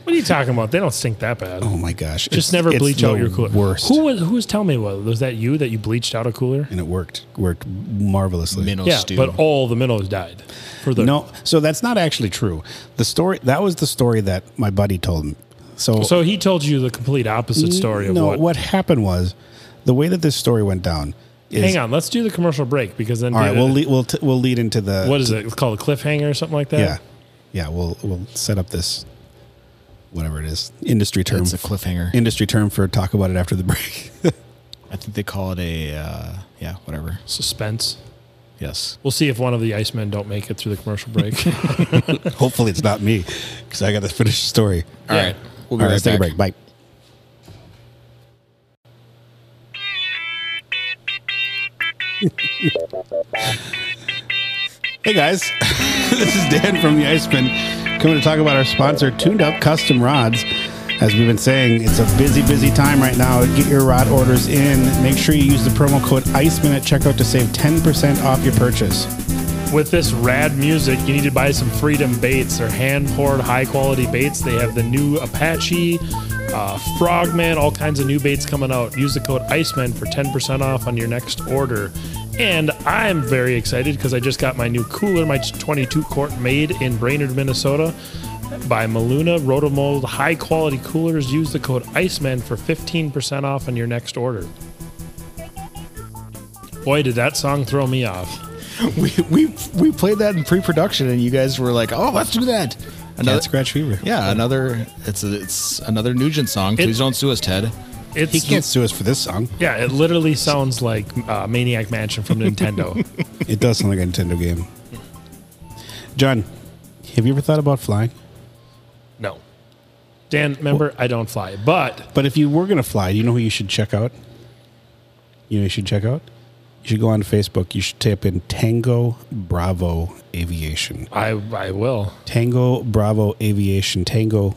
What are you talking about? They don't stink that bad. Oh my gosh! Just never bleach out your cooler. Worst. Who was who was telling me what was that you that you bleached out a cooler? and it worked worked marvelously. Minnow yeah, stew. but all the minnows died. For the No, so that's not actually true. The story that was the story that my buddy told me. So so he told you the complete opposite story of no, what. happened was the way that this story went down. Is, Hang on, let's do the commercial break because then uh, All right, Dan- we'll lead, we'll t- we'll lead into the what is it? It's called a cliffhanger or something like that. Yeah, yeah. We'll we'll set up this whatever it is industry term. It's a cliffhanger. industry term for talk about it after the break. I think they call it a uh, yeah, whatever. Suspense. Yes. We'll see if one of the Icemen don't make it through the commercial break. Hopefully, it's not me because I got to finish the story. All Yeah. right. We'll All be right, right let's back. take a break. Bye. hey guys, this is Dan from the Iceman coming to talk about our sponsor, Tuned Up Custom Rods. As we've been saying, it's a busy, busy time right now. Get your rod orders in. Make sure you use the promo code Iceman at checkout to save 10% off your purchase. With this rad music, you need to buy some Freedom baits. They're hand poured, high quality baits. They have the new Apache, uh, Frogman, all kinds of new baits coming out. Use the code Iceman for 10% off on your next order. And I'm very excited because I just got my new cooler, my 22 quart made in Brainerd, Minnesota by Maluna Rotomold. High quality coolers. Use the code Iceman for 15% off on your next order. Boy, did that song throw me off. We, we we played that in pre-production, and you guys were like, "Oh, let's do that." Another, Cat Scratch Fever. yeah, another. It's a, it's another Nugent song. Please don't sue us, Ted. It's He can't sue us for this song. Yeah, it literally sounds like uh, Maniac Mansion from Nintendo. It does sound like a Nintendo game. John, have you ever thought about flying? no. Dan, remember, I don't fly, but But if you were going to fly, do you know who you should check out? You know who you should check out? You should go on Facebook. You should type in Tango Bravo Aviation. I, I will. Tango Bravo Aviation. Tango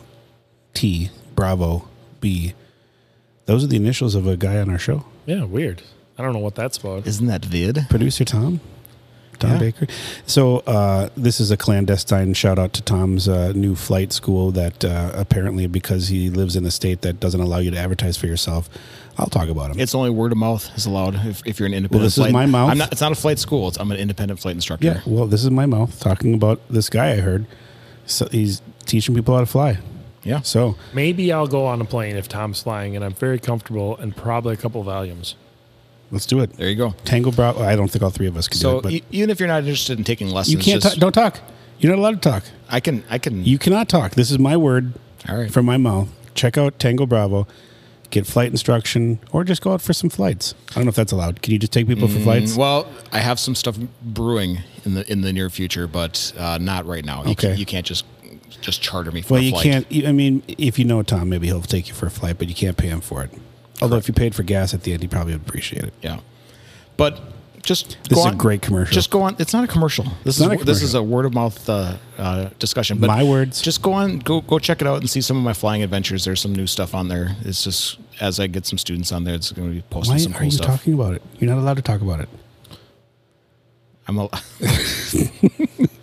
T Bravo B. Those are the initials of a guy on our show. Yeah, weird. I don't know what that's about. Isn't that vid? producer Tom. Tom Baker. So uh, this is a clandestine shout out to Tom's uh, new flight school that uh, apparently because he lives in a state that doesn't allow you to advertise for yourself, I'll talk about him. It's only word of mouth is allowed if, if you're an independent. this is flight. my mouth. I'm not. It's not a flight school. It's, I'm an independent flight instructor. yeah. Well, this is my mouth talking about this guy I heard. So he's teaching people how to fly. Yeah. So Maybe I'll go on a plane if Tom's flying and I'm very comfortable and probably a couple volumes. let's do it. There you go. Tango Bravo. I don't think all three of us can do So it, but e- even if you're not interested in taking lessons, you can't just- talk. Don't talk. You're not allowed to talk. I can. I can. You cannot talk. This is my word All right. from my mouth. Check out Tango Bravo, get flight instruction, or just go out for some flights. I don't know if that's allowed. Can you just take people for flights? Mm, Well, I have some stuff brewing in the in the near future, but uh, not right now. You Okay. Can, you can't just just charter me for Well, a you flight. can't. you- I mean, if you know Tom, maybe he'll take you for a flight, but you can't pay him for it. Although, if you paid for gas at the end, he probably would appreciate it. Yeah. But just This go is a on- great commercial. Just go on. It's not a commercial. This is not a this commercial. is a word of mouth uh, uh, discussion. But My words. Just go on. Go go check it out and see some of my flying adventures. There's some new stuff on there. It's just as I get some students on there, it's going to be posting Why some are cool you stuff. talking about it? You're not allowed to talk about it. I'm a,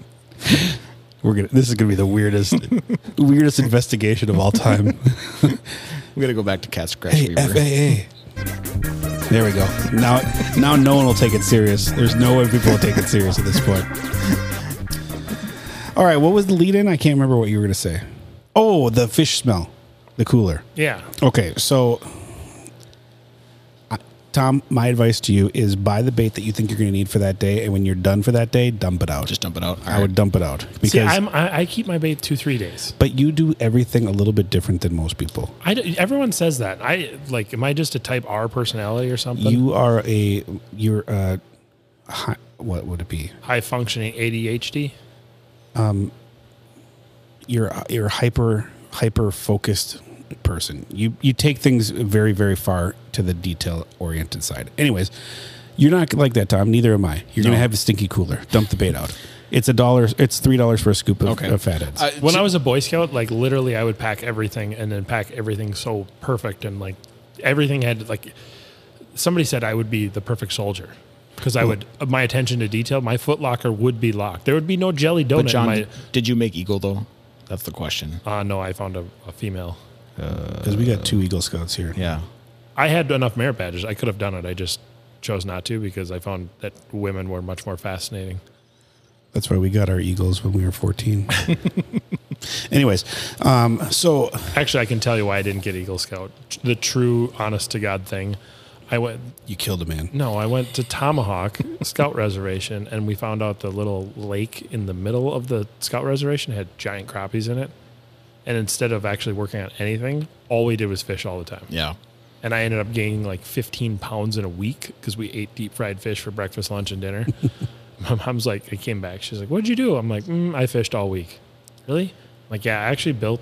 We're gonna. This is gonna be the weirdest, weirdest investigation of all time. we got to go back to Cat Scratch Hey, Fever. FAA. There we go. Now, now no one will take it serious. There's no way people will take it serious at this point. All right, what was the lead in? I can't remember what you were going to say. Oh, the fish smell, the cooler. Yeah. Okay, so I- Tom, my advice to you is buy the bait that you think you're going to need for that day, and when you're done for that day, dump it out. Just dump it out. All I would right. dump it out because, See, I'm, I, I keep my bait two, three days. but you do everything a little bit different than most people. I, don't- everyone says that. I like, am I just a type R personality or something? you are a you're a hi- what would it be High functioning ADHD? you're you're a hyper hyper focused person you you take things very very far to the detail oriented side anyways you're not like that tom neither am i you're gonna have a stinky cooler dump the bait out it's a dollar it's three dollars for a scoop of, Okay. of fatheads Uh, When so- I was a Boy Scout, like literally, I would pack everything and then pack everything so perfect and like everything had like somebody said I would be the perfect soldier because Hmm. I would uh, my attention to detail. My Foot Locker would be locked. There would be no jelly donut. But John, in did you make Eagle though? That's the question. my, uh, no, I found a, a female. because we got two eagle scouts here Yeah. I had enough merit badges. I could have done it. I just chose not to because I found that women were much more fascinating. That's why we got our eagles when we were 14 anyways um so Actually, I can tell you why I didn't get Eagle Scout. The true, honest to God thing. I went you killed a man No, I went to Tomahawk Scout Reservation, and we found out the little lake in the middle of the Scout Reservation had giant crappies in it, And instead of actually working on anything, all we did was fish all the time. Yeah. And I ended up gaining like 15 pounds in a week because we ate deep fried fish for breakfast, lunch, and dinner. My mom's like, I came back. She's like, What'd you do? I'm like, mm, I fished all week. Really? I'm like, yeah, I actually built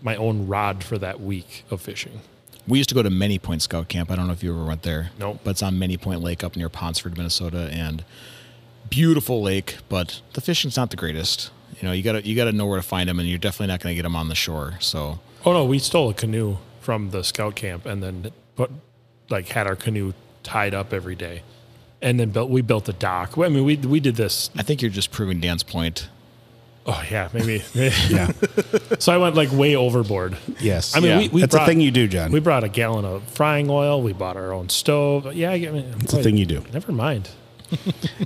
my own rod for that week of fishing. We used to go to Many Point Scout Camp. I don't know if you ever went there. Nope. But it's on Many Point Lake up near Ponsford, Minnesota, and beautiful lake. But the fishing's not the greatest. You know, you gotta you gotta know where to find them, and you're definitely not gonna get them on the shore. So Oh no, we stole a canoe from the scout camp and then put like had our canoe tied up every day. And then built we built a dock. Well, I mean we we did this. I think you're just proving Dan's point. Oh yeah, maybe. Yeah. so I went like way overboard. yes. I mean Yeah. we, we that's brought, a thing you do, John. we brought a gallon of frying oil, we bought our own stove. Yeah, I mean it's a thing you do. Never mind.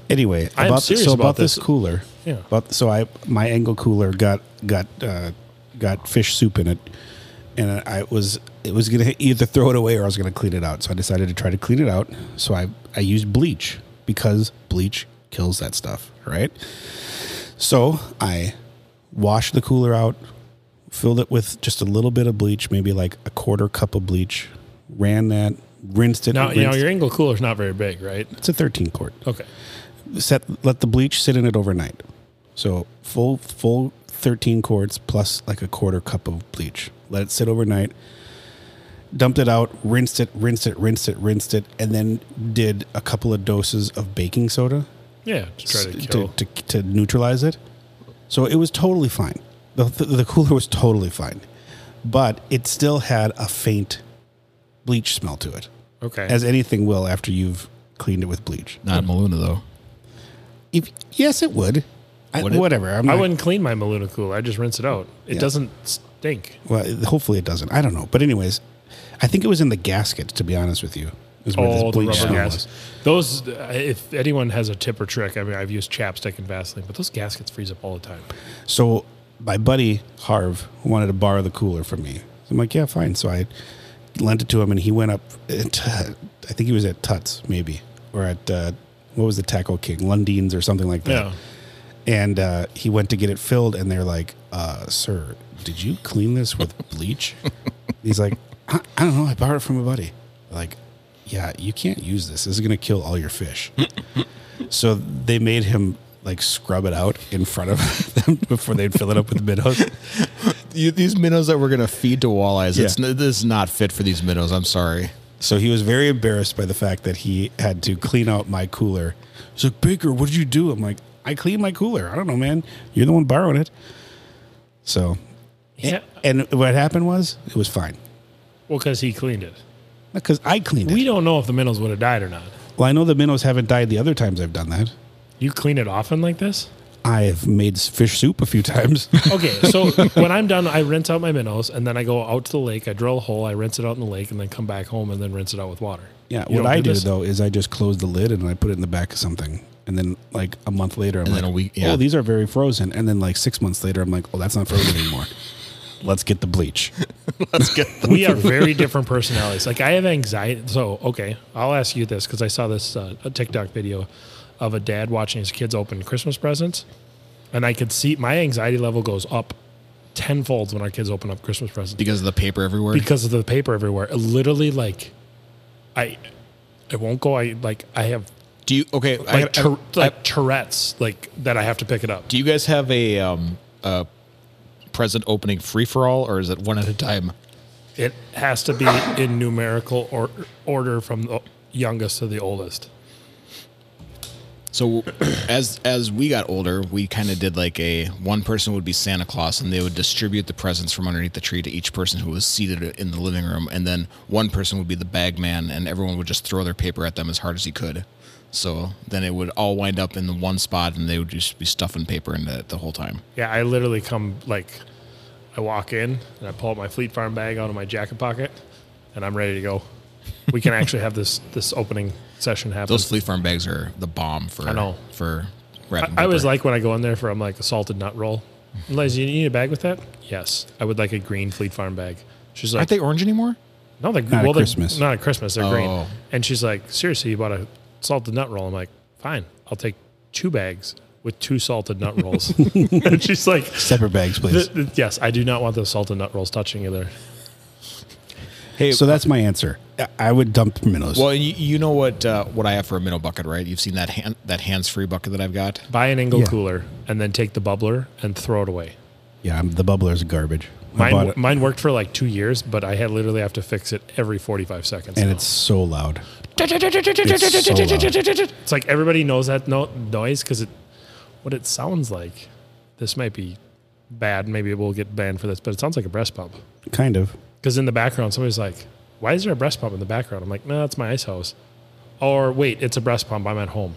Anyway, I am about serious so about about, this. this. cooler. Yeah. About, so I my angle cooler got got uh, got fish soup in it, and I was it was gonna either throw it away or I was gonna clean it out. So I decided to try to clean it out. So I I used bleach because bleach kills that stuff, right? So I washed the cooler out, filled it with just a little bit of bleach, maybe like a quarter cup of bleach, ran that, rinsed it. Now you know rinsed- your angle cooler's not very big, right? it's a thirteen quart Okay. set let the bleach sit in it overnight. So full full 13 quarts plus like a quarter cup of bleach. Let it sit overnight. Dumped it out, rinsed it, rinsed it, rinsed it, rinsed it, and then did a couple of doses of baking soda Yeah, to try to s- kill. to, to neutralize it. So it was totally fine. The, the, the cooler was totally fine, but it still had a faint bleach smell to it, okay. as anything will after you've cleaned it with bleach. Not at Maluna though. If yes, it would. I, Would it? whatever. I'm I not- wouldn't clean my Maluna cooler. I just rinse it out. It Yeah. doesn't stink. Well, it- hopefully it doesn't. I don't know. But anyways, I think it was in the gasket. To be honest with you, is where this Oh, bleach smell was. Those, uh, if anyone has a tip or trick, I mean, I've used chapstick and Vaseline, but those gaskets freeze up all the time. So my buddy Harv wanted to borrow the cooler from me. I'm like, yeah, fine. So I lent it to him, and he went up. At, I think he was at Tuts, maybe, or at uh, what was the Taco King, Lundine's, or something like that. Yeah. And uh, he went to get it filled, and they're like, uh, "Sir, did you clean this with bleach?" He's like, I, "I don't know. I borrowed it from a buddy." Like, yeah, you can't use this. This is gonna kill all your fish. so they made him like scrub it out in front of them before they'd fill it up with minnows. You, these minnows that we're gonna feed to walleyes, it's, Yeah. n- this is not fit for these minnows. I'm sorry. So he was very embarrassed by the fact that he had to clean out my cooler. He's like, Baker, what did you do? I'm like, I cleaned my cooler. I don't know, man. You're the one borrowing it. So Yeah. And what happened was it was fine Well, because he cleaned it. because I cleaned it. We don't know if the minnows would have died or not. well, I know the minnows haven't died the other times I've done that. You clean it often like this? I've made fish soup a few times. Okay, so when I'm done, I rinse out my minnows, and then I go out to the lake. I drill a hole, I rinse it out in the lake, and then come back home and then rinse it out with water. yeah, You what don't I do do this? though is I just close the lid and I put it in the back of something, and then like a month later, I'm And like, then a week- yeah. oh, these are very frozen, and then like six months later, I'm like, oh, that's not frozen anymore. Let's get the bleach. we are very different personalities. Like I have anxiety. So okay, I'll ask you this because I saw this uh, a TikTok video of a dad watching his kids open Christmas presents, and I could see my anxiety level goes up tenfold when our kids open up Christmas presents Because of the paper everywhere. because of the paper everywhere. It literally, like, I, I won't go. I like I have do you okay? I- like, I- tur- I- like Tourette's like that. I have to pick it up. do you guys have a um a present opening free for all, or is it one at a time? It has to be in numerical or- order from the youngest to the oldest. So as as we got older, we kind of did like a one person would be Santa Claus and they would distribute the presents from underneath the tree to each person who was seated in the living room and then one person would be the bag man and everyone would just throw their paper at them as hard as he could. So then it would all wind up in the one spot and they would just be stuffing paper in it the whole time. Yeah, I literally come like I walk in and I pull out my Fleet Farm bag out of my jacket pocket, and I'm ready to go. We can actually have this this opening session happen. Those flea farm bags are the bomb for I know. for wrapping I always paper. like when I go in there for I'm like a salted nut roll. Liz, you need a bag with that? Yes, I would like a green Fleet Farm bag. She's like, Aren't they orange anymore? no, they're at well, they're- Christmas. not at Christmas. They're green. Oh. And she's like, seriously, you bought a salted nut roll? I'm like, fine, I'll take two bags. with two salted nut rolls. and she's like, Separate bags, please. "Th- th- yes, I do not want those salted nut rolls touching either. Hey, so that's my answer. I- I would dump minnows. well, you, you know what uh, what I have for a minnow bucket, right? You've seen that hand that hands free bucket that I've got. Buy an angle Yeah. cooler and then take the bubbler and throw it away. yeah, I'm, the bubbler's garbage. I Mine, bought w- it, mine worked for like two years, but I had literally have to fix it every 45 seconds. and now. it's so loud. it's, It's so loud. like everybody knows that no- noise because it what it sounds like. This might be bad. Maybe we'll get banned for this, but it sounds like a breast pump. Kind of. Because in the background, somebody's like, "Why is there a breast pump in the background?" I'm like, "No, that's my ice hose." Or wait, it's a breast pump. I'm at home.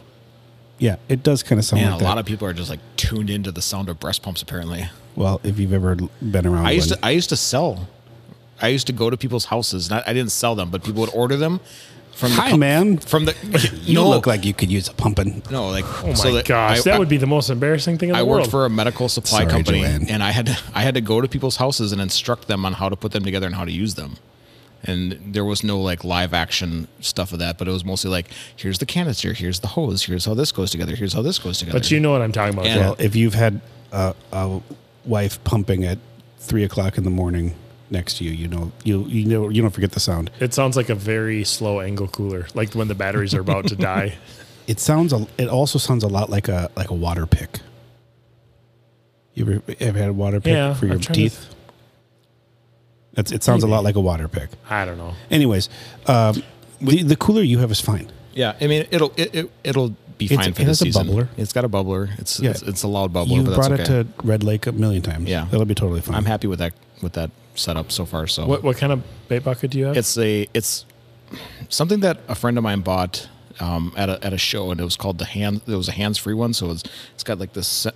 Yeah, it does kind of sound And like a that. lot of people are just like tuned into the sound of breast pumps. Apparently, well, if you've ever been around, I used one. to I used to sell. I used to go to people's houses. Not I didn't sell them, but people would order them from. Hi, the, co- man. From the You no, look like you could use a pumping. no like Oh my gosh, that would be the most embarrassing thing in I the worked world. for a medical supply Sorry, company, Joanne. and I had to, I had to go to people's houses and instruct them on how to put them together and how to use them. And there was no like live action stuff of that, but it was mostly like, here's the canister, here's the hose, here's how this goes together, here's how this goes together. but you know what I'm talking about. And- Joel. Well, if you've had a, a wife pumping at three o'clock in the morning next to you, you know you you know you don't forget the sound. It sounds like a very slow angle cooler, like when the batteries are about to die. It sounds. A, it also sounds a lot like a like a water pick. You ever, ever had a water pick Yeah, for your I'm trying to- teeth? That's. It sounds a lot like a water pick. I don't know. Anyways, um, the the cooler you have is fine. yeah, I mean, it'll it, it, it'll be It's- fine for it this has a season. bubbler. It's got a bubbler. It's Yeah. it's, it's a loud bubbler. you Oh, but brought that's okay. it to Red Lake a million times. Yeah. that'll be totally fine. I'm happy with that with that setup so far. So What what kind of bait bucket do you have? it's a it's something that a friend of mine bought um, at a at a show, and it was called the hand. It was a hands free one, so it's it's got like this se-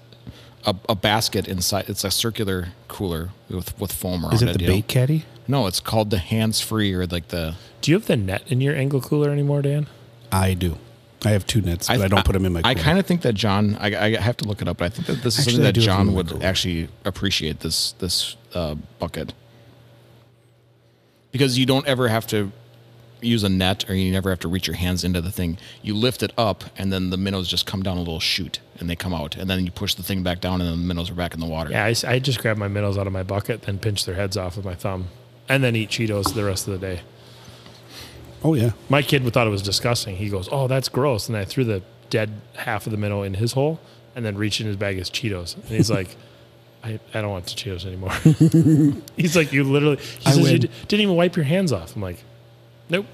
a, a basket inside. It's a circular cooler with with foam around Is it the you know? bait caddy? No, it's called the hands free or like the. do you have the net in your angle cooler anymore, Dan? I do. I have two nets, but I, don't put them in my. I cooler. kind of think that John. I, I have to look it up, but I think that this is Actually, something I that do have them John in my would cooler. actually appreciate this this uh, bucket because you don't ever have to use a net or you never have to reach your hands into the thing. You lift it up, and then the minnows just come down a little chute, and they come out, and then you push the thing back down, and then the minnows are back in the water. Yeah, I, s- I just grab my minnows out of my bucket, then pinch their heads off with my thumb, and then eat Cheetos the rest of the day. Oh yeah. My kid thought it was disgusting. He goes, "Oh, that's gross!" And I threw the dead half of the minnow in his hole, and then reached in his bag as Cheetos, and he's like. I, I don't want the Cheetos anymore. He's like, you literally. He I says you win. d- didn't even wipe your hands off. I'm like, nope.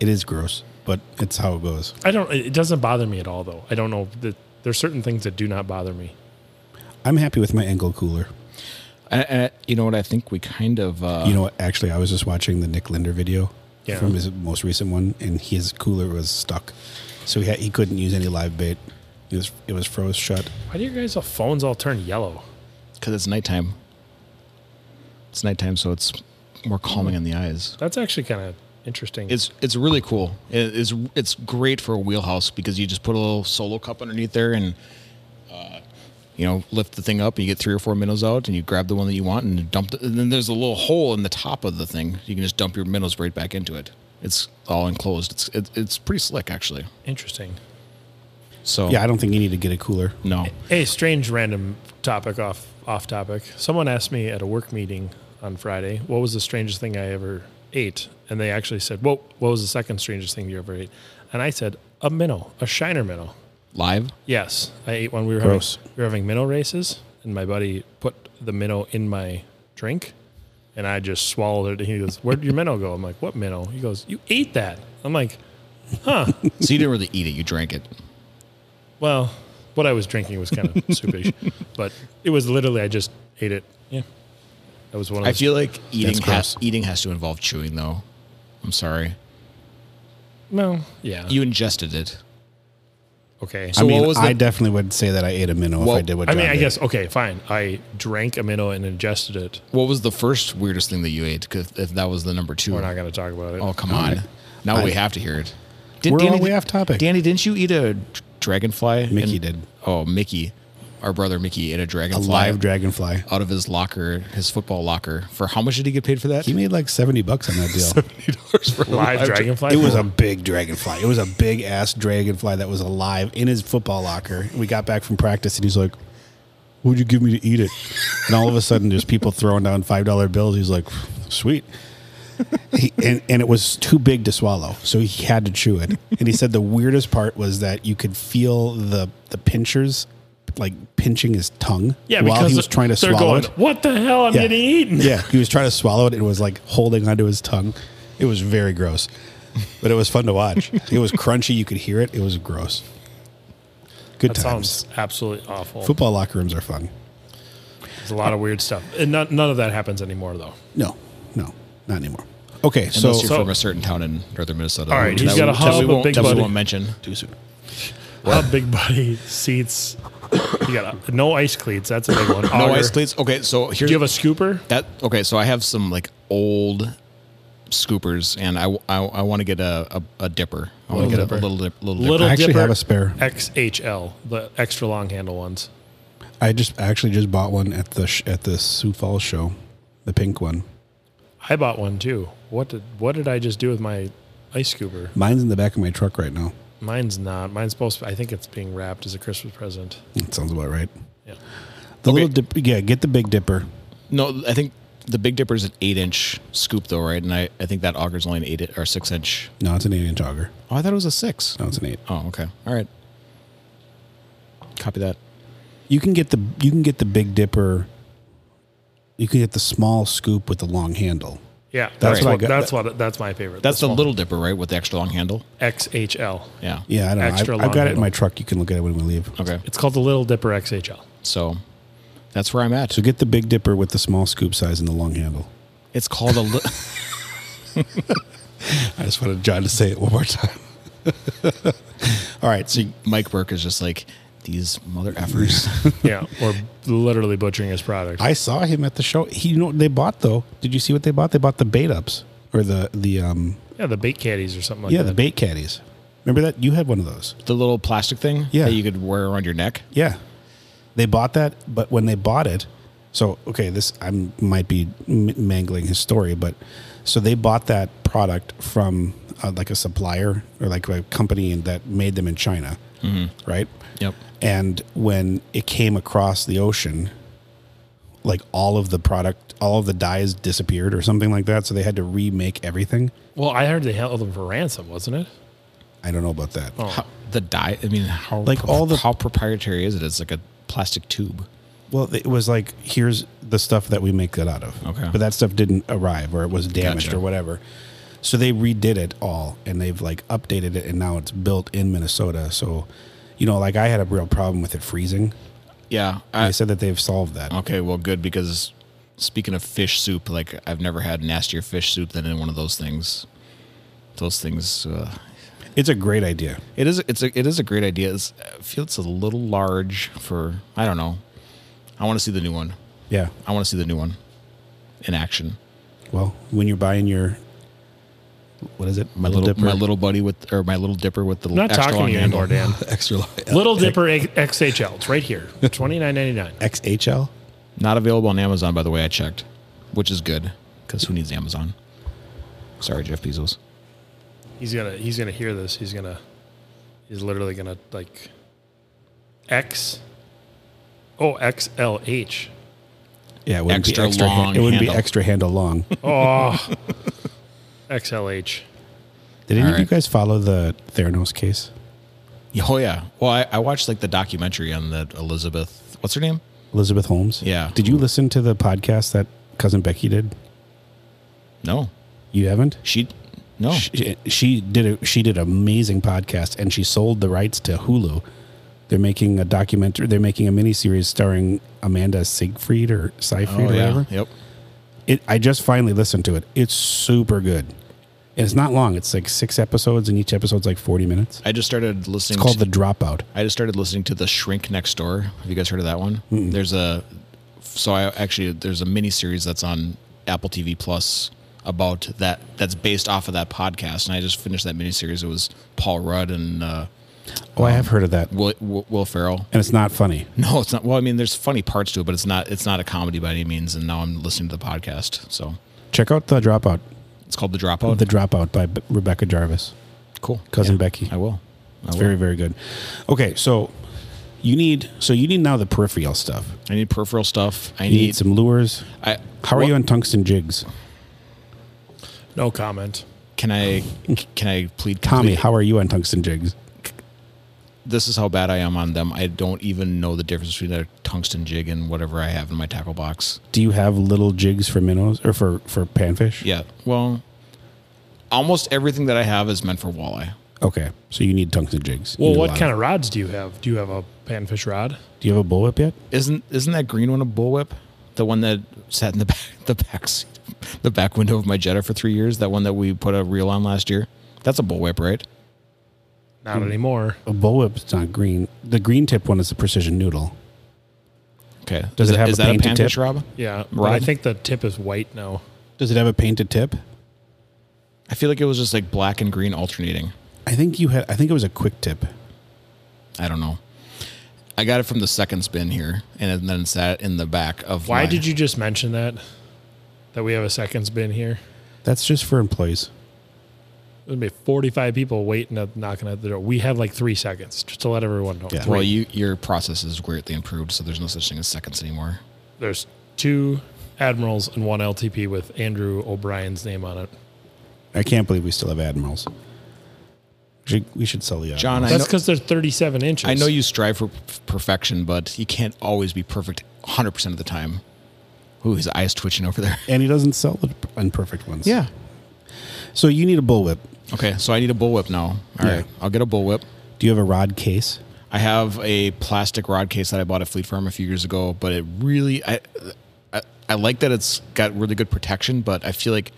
It is gross, but it's how it goes. I don't. It doesn't bother me at all, though. I don't know that there's certain things that do not bother me. I'm happy with my angle cooler. And, and you know what? I think we kind of uh, you know what? Actually, I was just watching the Nick Linder video Yeah. from his most recent one, and his cooler was stuck, so he had, he couldn't use any live bait. It was it was froze shut. Why do you guys' phones all turn yellow? because it's nighttime. It's nighttime, so it's more calming in the eyes. That's actually kind of interesting. It's it's really cool. It- It's it's great for a wheelhouse because you just put a little solo cup underneath there and uh, you know lift the thing up and you get three or four minnows out and you grab the one that you want and dump. The, and then there's a little hole in the top of the thing. You can just dump your minnows right back into it. It's all enclosed. It's it, it's pretty slick actually. interesting. So Yeah, I don't think you need to get a cooler. no. Hey, strange random topic off off topic. Someone asked me at a work meeting on Friday, what was the strangest thing I ever ate? And they actually said, Well, what was the second strangest thing you ever ate? And I said, a minnow, a shiner minnow. Live. Yes. I ate one we were Gross. having we were having minnow races and my buddy put the minnow in my drink and I just swallowed it and he goes, Where'd your minnow go? I'm like, What minnow? He goes, You ate that. I'm like, So you didn't really eat it. You drank it. Well, what I was drinking was kind of soupish, but it was literally I just ate it. Yeah, that was one. Of I those, feel like eating gross. has eating has to involve chewing though. I'm sorry. well, yeah, You ingested it. okay. I So mean, what was I the- definitely would say that I ate a minnow Well, if I did what. I mean, John I did. guess okay, fine. I drank a minnow and ingested it. What was the first weirdest thing that you ate? 'Cause if that was the number two, We're not going to talk about it. Oh come on! Now we have to hear it. Did We're all way off topic. Danny, didn't you eat a d- dragonfly? Mickey did. Oh, Mickey! our brother Mickey ate a A dragonfly live dragonfly. out of his locker, his football locker. For how much did he get paid for that? He made like 70 bucks on that deal. $70 for a Live dragonfly. It was a big dragonfly. It was a big ass dragonfly that was alive in his football locker. We got back from practice and he's like, What'd you give me to eat it? And all of a sudden, there's people throwing down $5 bills. He's like, Sweet. He, and, and it was too big to swallow. So he had to chew it. And he said the weirdest part was that you could feel the, the pinchers like pinching his tongue yeah, while because he was trying to they're swallow going, it. What the hell? I'm Yeah. getting eaten. Yeah, he was trying to swallow it and was like holding onto his tongue. It was very gross, but it was fun to watch. it was crunchy. You could hear it. It was gross. Good That times. sounds absolutely awful. Football locker rooms are fun. There's a lot of weird stuff, and none, none of that happens anymore, though. No, no, not anymore. Okay, so Unless you're So- from a certain town in northern Minnesota. All right, That he's we- got a that hub we of won't- Big that we Buddy. won't mention. too soon. Well, big buddy seats. You got no ice cleats. That's a big one. No Auger. ice cleats. Okay, so here's Do you have a scooper? that. Okay, so I have some like old scoopers, and I want to get a, a, a dipper. I want to get dipper. a little dip, little, Little I dipper. actually Dipper have a spare. XHL, the extra long handle ones. I just I actually just bought one at the sh- at the Sioux Falls show, the pink one. I bought one too. What did what did I just do with my ice scooper? Mine's in the back of my truck right now. Mine's not. Mine's supposed. To, I think it's being wrapped as a Christmas present. That sounds about right. Yeah. The Okay. little dip, yeah, get the big dipper. No, I think the Big Dipper is an eight inch scoop though, right? And I, I think that auger's only an eight i- or six inch. No, it's an eight inch auger. Oh, I thought it was a six. No, it's an eight. Oh, okay. All right. Copy that. You can get the you can get the Big Dipper. You can get the small scoop with the long handle. Yeah, That's that's what I what. got. That's what. That's my favorite. That's the small- little dipper, right, with the extra long handle. XHL. Yeah. Yeah, I don't Extra know. I, I've long got it in handle. my truck. You can look at it when we leave. Okay. It's called the Little Dipper XHL. So that's where I'm at. So get the Big Dipper with the small scoop size and the long handle. It's called a. Li- I just wanted John to say it one more time. All right, so you- Mike Burke is just like these mother effers. Yeah, we're literally butchering his product. I saw him at the show. He, you know, what they bought though. Did you see what they bought? They bought the bait ups or the the um yeah, the bait caddies or something like yeah that. the bait caddies. Remember that you had one of those. the little plastic thing Yeah. that you could wear around your neck. Yeah. They bought that, but when they bought it, so okay, this I am might be m- mangling his story, but so they bought that product from uh, like a supplier or like a company that made them in China, right? Yep. And when it came across the ocean, like all of the product, all of the dyes disappeared or something like that, so they had to remake everything. Well, I heard they held them for ransom, wasn't it? I don't know about that. How, the dye. I mean, how Like all the- how proprietary is it? It's like a plastic tube. Well, it was like here's the stuff that we make that out of. Okay. But that stuff didn't arrive or it was damaged Gotcha. or whatever. So they redid it all and they've like updated it and now it's built in Minnesota. So you know, like I had a real problem with it freezing. Yeah. They I, Oh. said that they've solved that. okay. Well, good because speaking of fish soup, like I've never had nastier fish soup than in one of those things. Those things. Uh, It's a great idea. it is. It's a. It is a great idea. It's, I feel it's a little large for. I don't know. I want to see the new one. Yeah. I want to see the new one in action. Well, when you're buying your what is it? My little, my little buddy with, or my little dipper with the I'm not extra talking long to you handle. anymore, Dan. extra large Little Dipper X- XHL. It's right here. Twenty nine ninety nine. XHL. Not available on Amazon, by the way. I checked, which is good because who needs Amazon? Sorry, Jeff Bezos. He's gonna he's gonna hear this. He's gonna he's literally gonna like X Oh XLH. Yeah, it wouldn't Extra be extra long hand- it wouldn't be handle. extra handle long. Oh XLH. Did any All of you right. guys follow the Theranos case? Oh yeah. Well, I, I watched like the documentary on the Elizabeth. What's her name? Elizabeth Holmes. Yeah. Did you listen to the podcast that cousin Becky did? No, You haven't. she. No. She, she did. A, she did an amazing podcast, and she sold the rights to Hulu. They're making a documentary. They're making a miniseries starring Amanda Siegfried or Oh, Seyfried or yeah. whatever. Yep. It, I just finally listened to it. It's super good, and it's not long. It's like six episodes, and each episode's like forty minutes. I just started listening. It's called to- The Dropout. I just started listening to The Shrink Next Door. Have you guys heard of that one? There's a so I actually there's a mini series that's on Apple TV Plus about that that's based off of that podcast, and I just finished that mini series. It was Paul Rudd and uh, Oh, I have heard of that, Will, Will Will Ferrell. and it's not funny. No, it's not. Well, I mean, there's funny parts to it, but it's not. It's not a comedy by any means. And now I'm listening to the podcast, so Check out the Dropout. it's called The Dropout. Oh, The Dropout by B- Rebecca Jarvis, cool, cousin Yeah, Becky. I will. I It's will. very very good. Okay, so you need so you need now the peripheral stuff. I need peripheral stuff. I You need. need some lures. I, How are what- you on tungsten jigs, No comment. Can I? Can I plead? Tommy? complete- How are you on tungsten jigs? this is how bad I am on them. I don't even know the difference between a tungsten jig and whatever I have in my tackle box. Do you have little jigs for minnows or for for panfish? Yeah. Well, almost everything that I have is meant for walleye. Okay, so you need tungsten jigs. Well, what kind of rods do you have? Do you have a panfish rod? Do you have a bullwhip yet? Isn't isn't that green one a bullwhip? The one that sat in the back the back seat, the back window of my Jetta for three years. That one that we put a reel on last year. That's a bullwhip, right? Hmm. Not anymore. A bullwhip's not green. The green tip one is the precision noodle. Okay. Does is it that- have is a that a painted panfish, tip? Rob? Yeah, but I Rod? think the tip is white now. Does it have a painted tip? I feel like it was just like black and green alternating. I think you had. I think it was a quick tip. I don't know. I got it from the second spin here, and then it sat in the back of. Why my- did you just mention that? That we have a seconds bin here. That's just for employees. There'd be 45 people waiting at knocking at the door. We have like three seconds just to let everyone know. Yeah. Three. Well, you your process is greatly improved, so there's no such thing as seconds anymore. There's two admirals and one LTP with Andrew O'Brien's name on it. I can't believe we still have admirals. We should, we should sell the admirals. John, I That's know, because they're 37 inches. I know you strive for p- perfection, but you can't always be perfect 100 percent of the time. Ooh, his eyes twitching over there. and he doesn't sell the imperfect ones. So you need a bullwhip. Okay, so I need a bullwhip now. All Yeah. right, I'll get a bullwhip. Do you have a rod case? I have a plastic rod case that I bought at Fleet Farm a few years ago, but it really I, I I like that it's got really good protection, but I feel like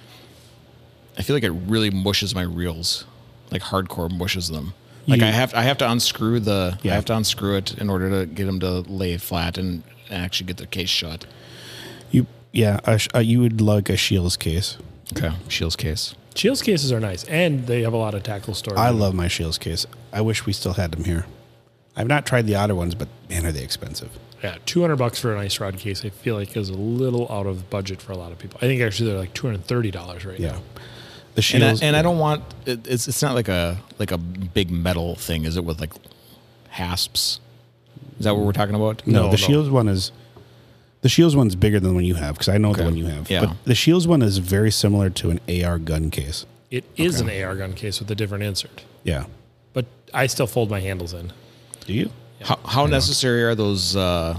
I feel like it really mushes my reels, like hardcore mushes them. Like You- I have I have to unscrew the Yeah. I have to unscrew it in order to get them to lay flat and, and actually get the case shut. You yeah. A, sh- uh you would like a Shields case. Okay, Shields case. Shields cases are nice and they have a lot of tackle stores. I love my Shields case. I wish we still had them here. I've not tried the otter ones, but man, are they expensive. Yeah, 200 bucks for an ice rod case, I feel like is a little out of budget for a lot of people. I think actually they're like $230 right Yeah. now. The And I, Shields and I don't want it, it's it's not like a like a big metal thing, is it? With like hasps. Is that what we're talking about? No, No, the no. Shields one is the Shields one's bigger than the one you have because I know the one you have. Yeah. But the Shields one is very similar to an AR gun case. It is an AR gun case with a different insert, Yeah. but I still fold my handles in. Do you? How, how necessary are those uh,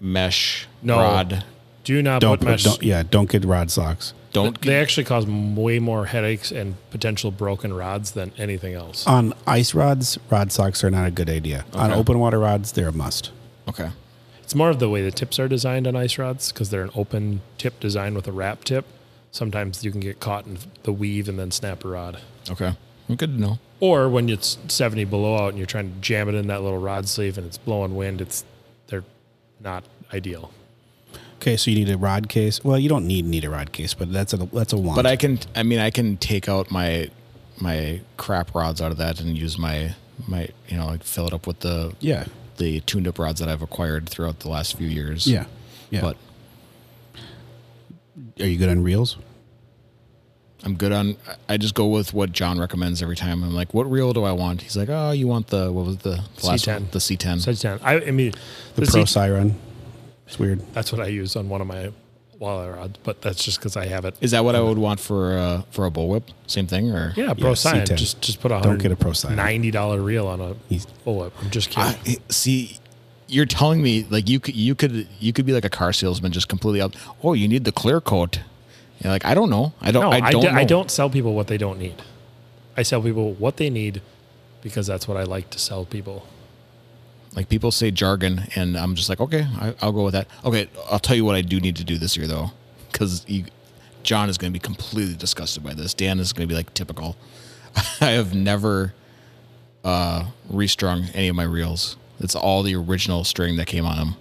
mesh No. rod? Do not Don't, put put, mesh. don't yeah. Don't get rod socks. Don't They actually cause m- way more headaches and potential broken rods than anything else. On ice rods, rod socks are not a good idea. On Okay. open water rods, they're a must. okay. It's more of the way the tips are designed on ice rods because they're an open tip design with a wrap tip. Sometimes you can get caught in the weave and then snap a rod. Okay, good to know. Or when it's 70 below out and you're trying to jam it in that little rod sleeve and it's blowing wind, it's they're not ideal. Okay, so you need a rod case. Well, you don't need need a rod case, but that's a that's a want. But I can. I mean, I can take out my my crap rods out of that and use my my you know like fill it up with the yeah the tuned up rods that I've acquired throughout the last few years. yeah yeah. But are you good on reels? I'm good on. I just go with what John recommends every time. I'm like, what reel do I want? He's like, oh, you want the what was it, the, the last C10. one? The C10. So it's down. I, I mean, The this Pro is- Siren. It's weird. that's what I use on one of my walleye rods, but that's just because I have it. Is that what I would want for uh, for a bullwhip? Same thing or Yeah, pro Yeah, sign. C10. Just just put a Don't get a pro sign. ninety dollar reel on a He's- bullet. I'm just kidding. I, see, you're telling me like you could you could you could be like a car salesman, just completely up. Oh, you need the clear coat. You're like I don't know. I don't. no, I don't. d- know. I don't sell people what they don't need. I sell people what they need because that's what I like to sell people. Like people say jargon, and I'm just like, okay, I, I'll go with that. Okay, I'll tell you what I do need to do this year though, because John is going to be completely disgusted by this. Dan is going to be like typical. I have never uh, restrung any of my reels. It's all the original string that came on them.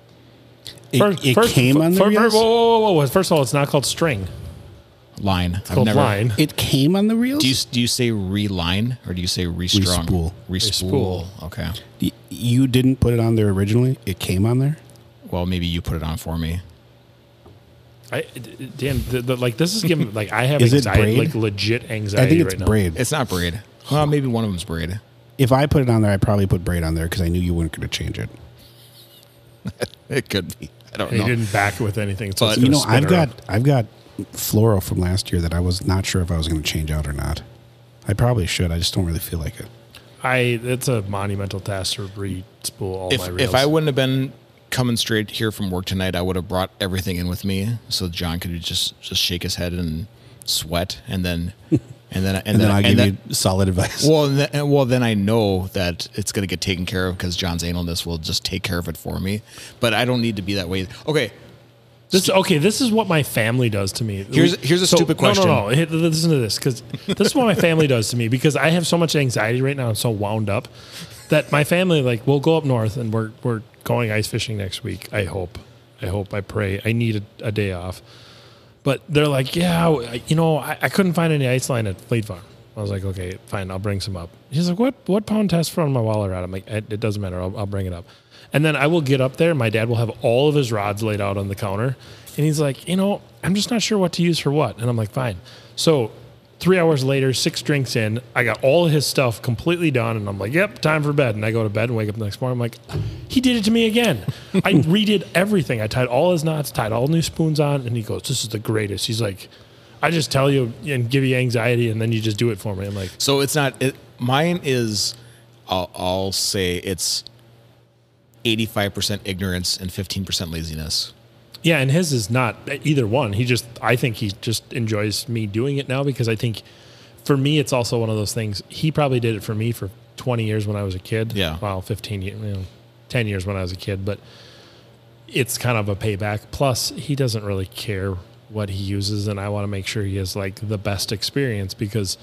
It, it came on the fir- fir- reels. whoa, whoa, whoa, whoa. First of all, it's not called string. Line. It's called line. It came on the reels. Do you do you say reline or do you say restrong? Respool. Respool. Okay. Y- you didn't put it on there originally. It came on there. Well, maybe you put it on for me. I, Dan, the, the, like this is giving like I have Is it anxiety, braid? like legit I anxiety. think it's right now. braid. It's not braid. Well, maybe one of them's braid. If I put it on there, I probably put braid on there because I knew you weren't going to change it. It could be. I don't And know. He didn't back it with anything. So it's But- You gonna know, spin I've her got up. I've got floral from last year that I was not sure if I was going to change out or not. I probably should. I just don't really feel like it. I. It's a monumental task to re-spool all if my reels. if I wouldn't have been coming straight here from work tonight, I would have brought everything in with me so John could just just shake his head and sweat, and then and then and, then, And, then, I'll and give then- you solid advice. Well, and then, and- well, then I know that it's going to get taken care of because John's analness will just take care of it for me. But I don't need to be that way. Okay, This okay. This is what my family does to me. Here's- here's a stupid question. No, no, no. Hey, Listen to this because this is what my family does to me because I have so much anxiety right now and so wound up that my family like we'll go up north and we're we're going ice fishing next week. I hope. I hope. I pray. I need a, a day off. But they're like, yeah, I- you know, I, I couldn't find any ice line at Fleet Farm. I was like, okay, fine, I'll bring some up. He's like, what what pound test from my wallet at? I'm like, it, it doesn't matter, I'll, I'll bring it up. And then I will get up there. and My dad will have all of his rods laid out on the counter, and he's like, you know, I'm just not sure what to use for what. And I'm like, fine. So three hours later, six drinks in, I got all of his stuff completely done, and I'm like, yep, time for bed. And I go to bed and wake up the next morning. I'm like, he did it to me again. I redid everything. I tied all his knots, tied all new spoons on, and he goes, this is the greatest. He's like, I just tell you and give you anxiety, and then you just do it for me. I'm like, so it's not. It, mine is. I'll, I'll say it's eighty-five percent ignorance and fifteen percent laziness. yeah, and his is not either one. He just, I think he just enjoys me doing it now because I think for me, it's also one of those things. He probably did it for me for 20 years when I was a kid. Yeah. Well, 15 years, you know, 10 years when I was a kid, but it's kind of a payback. Plus, he doesn't really care what he uses, and I want to make sure he has like the best experience because,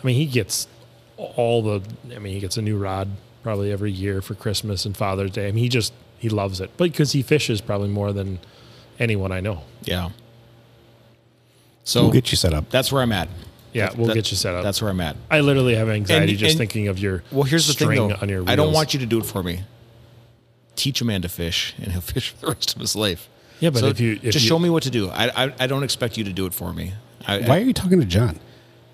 I mean, he gets all the. I mean, he gets a new rod probably every year for Christmas and Father's Day. I mean, he just he loves it, but because he fishes probably more than anyone I know. Yeah. So we'll get you set up. that's where I'm at. Yeah, we'll That- get you set up. That's where I'm at. I literally have anxiety And- just and- thinking of your Well, here's the string thing, though. on your. Wheels. I don't want you to do it for me. Teach a man to fish, and he'll fish for the rest of his life. Yeah, but if you- if just you- show me what to do, I, I I don't expect you to do it for me. I, Why are you talking to John?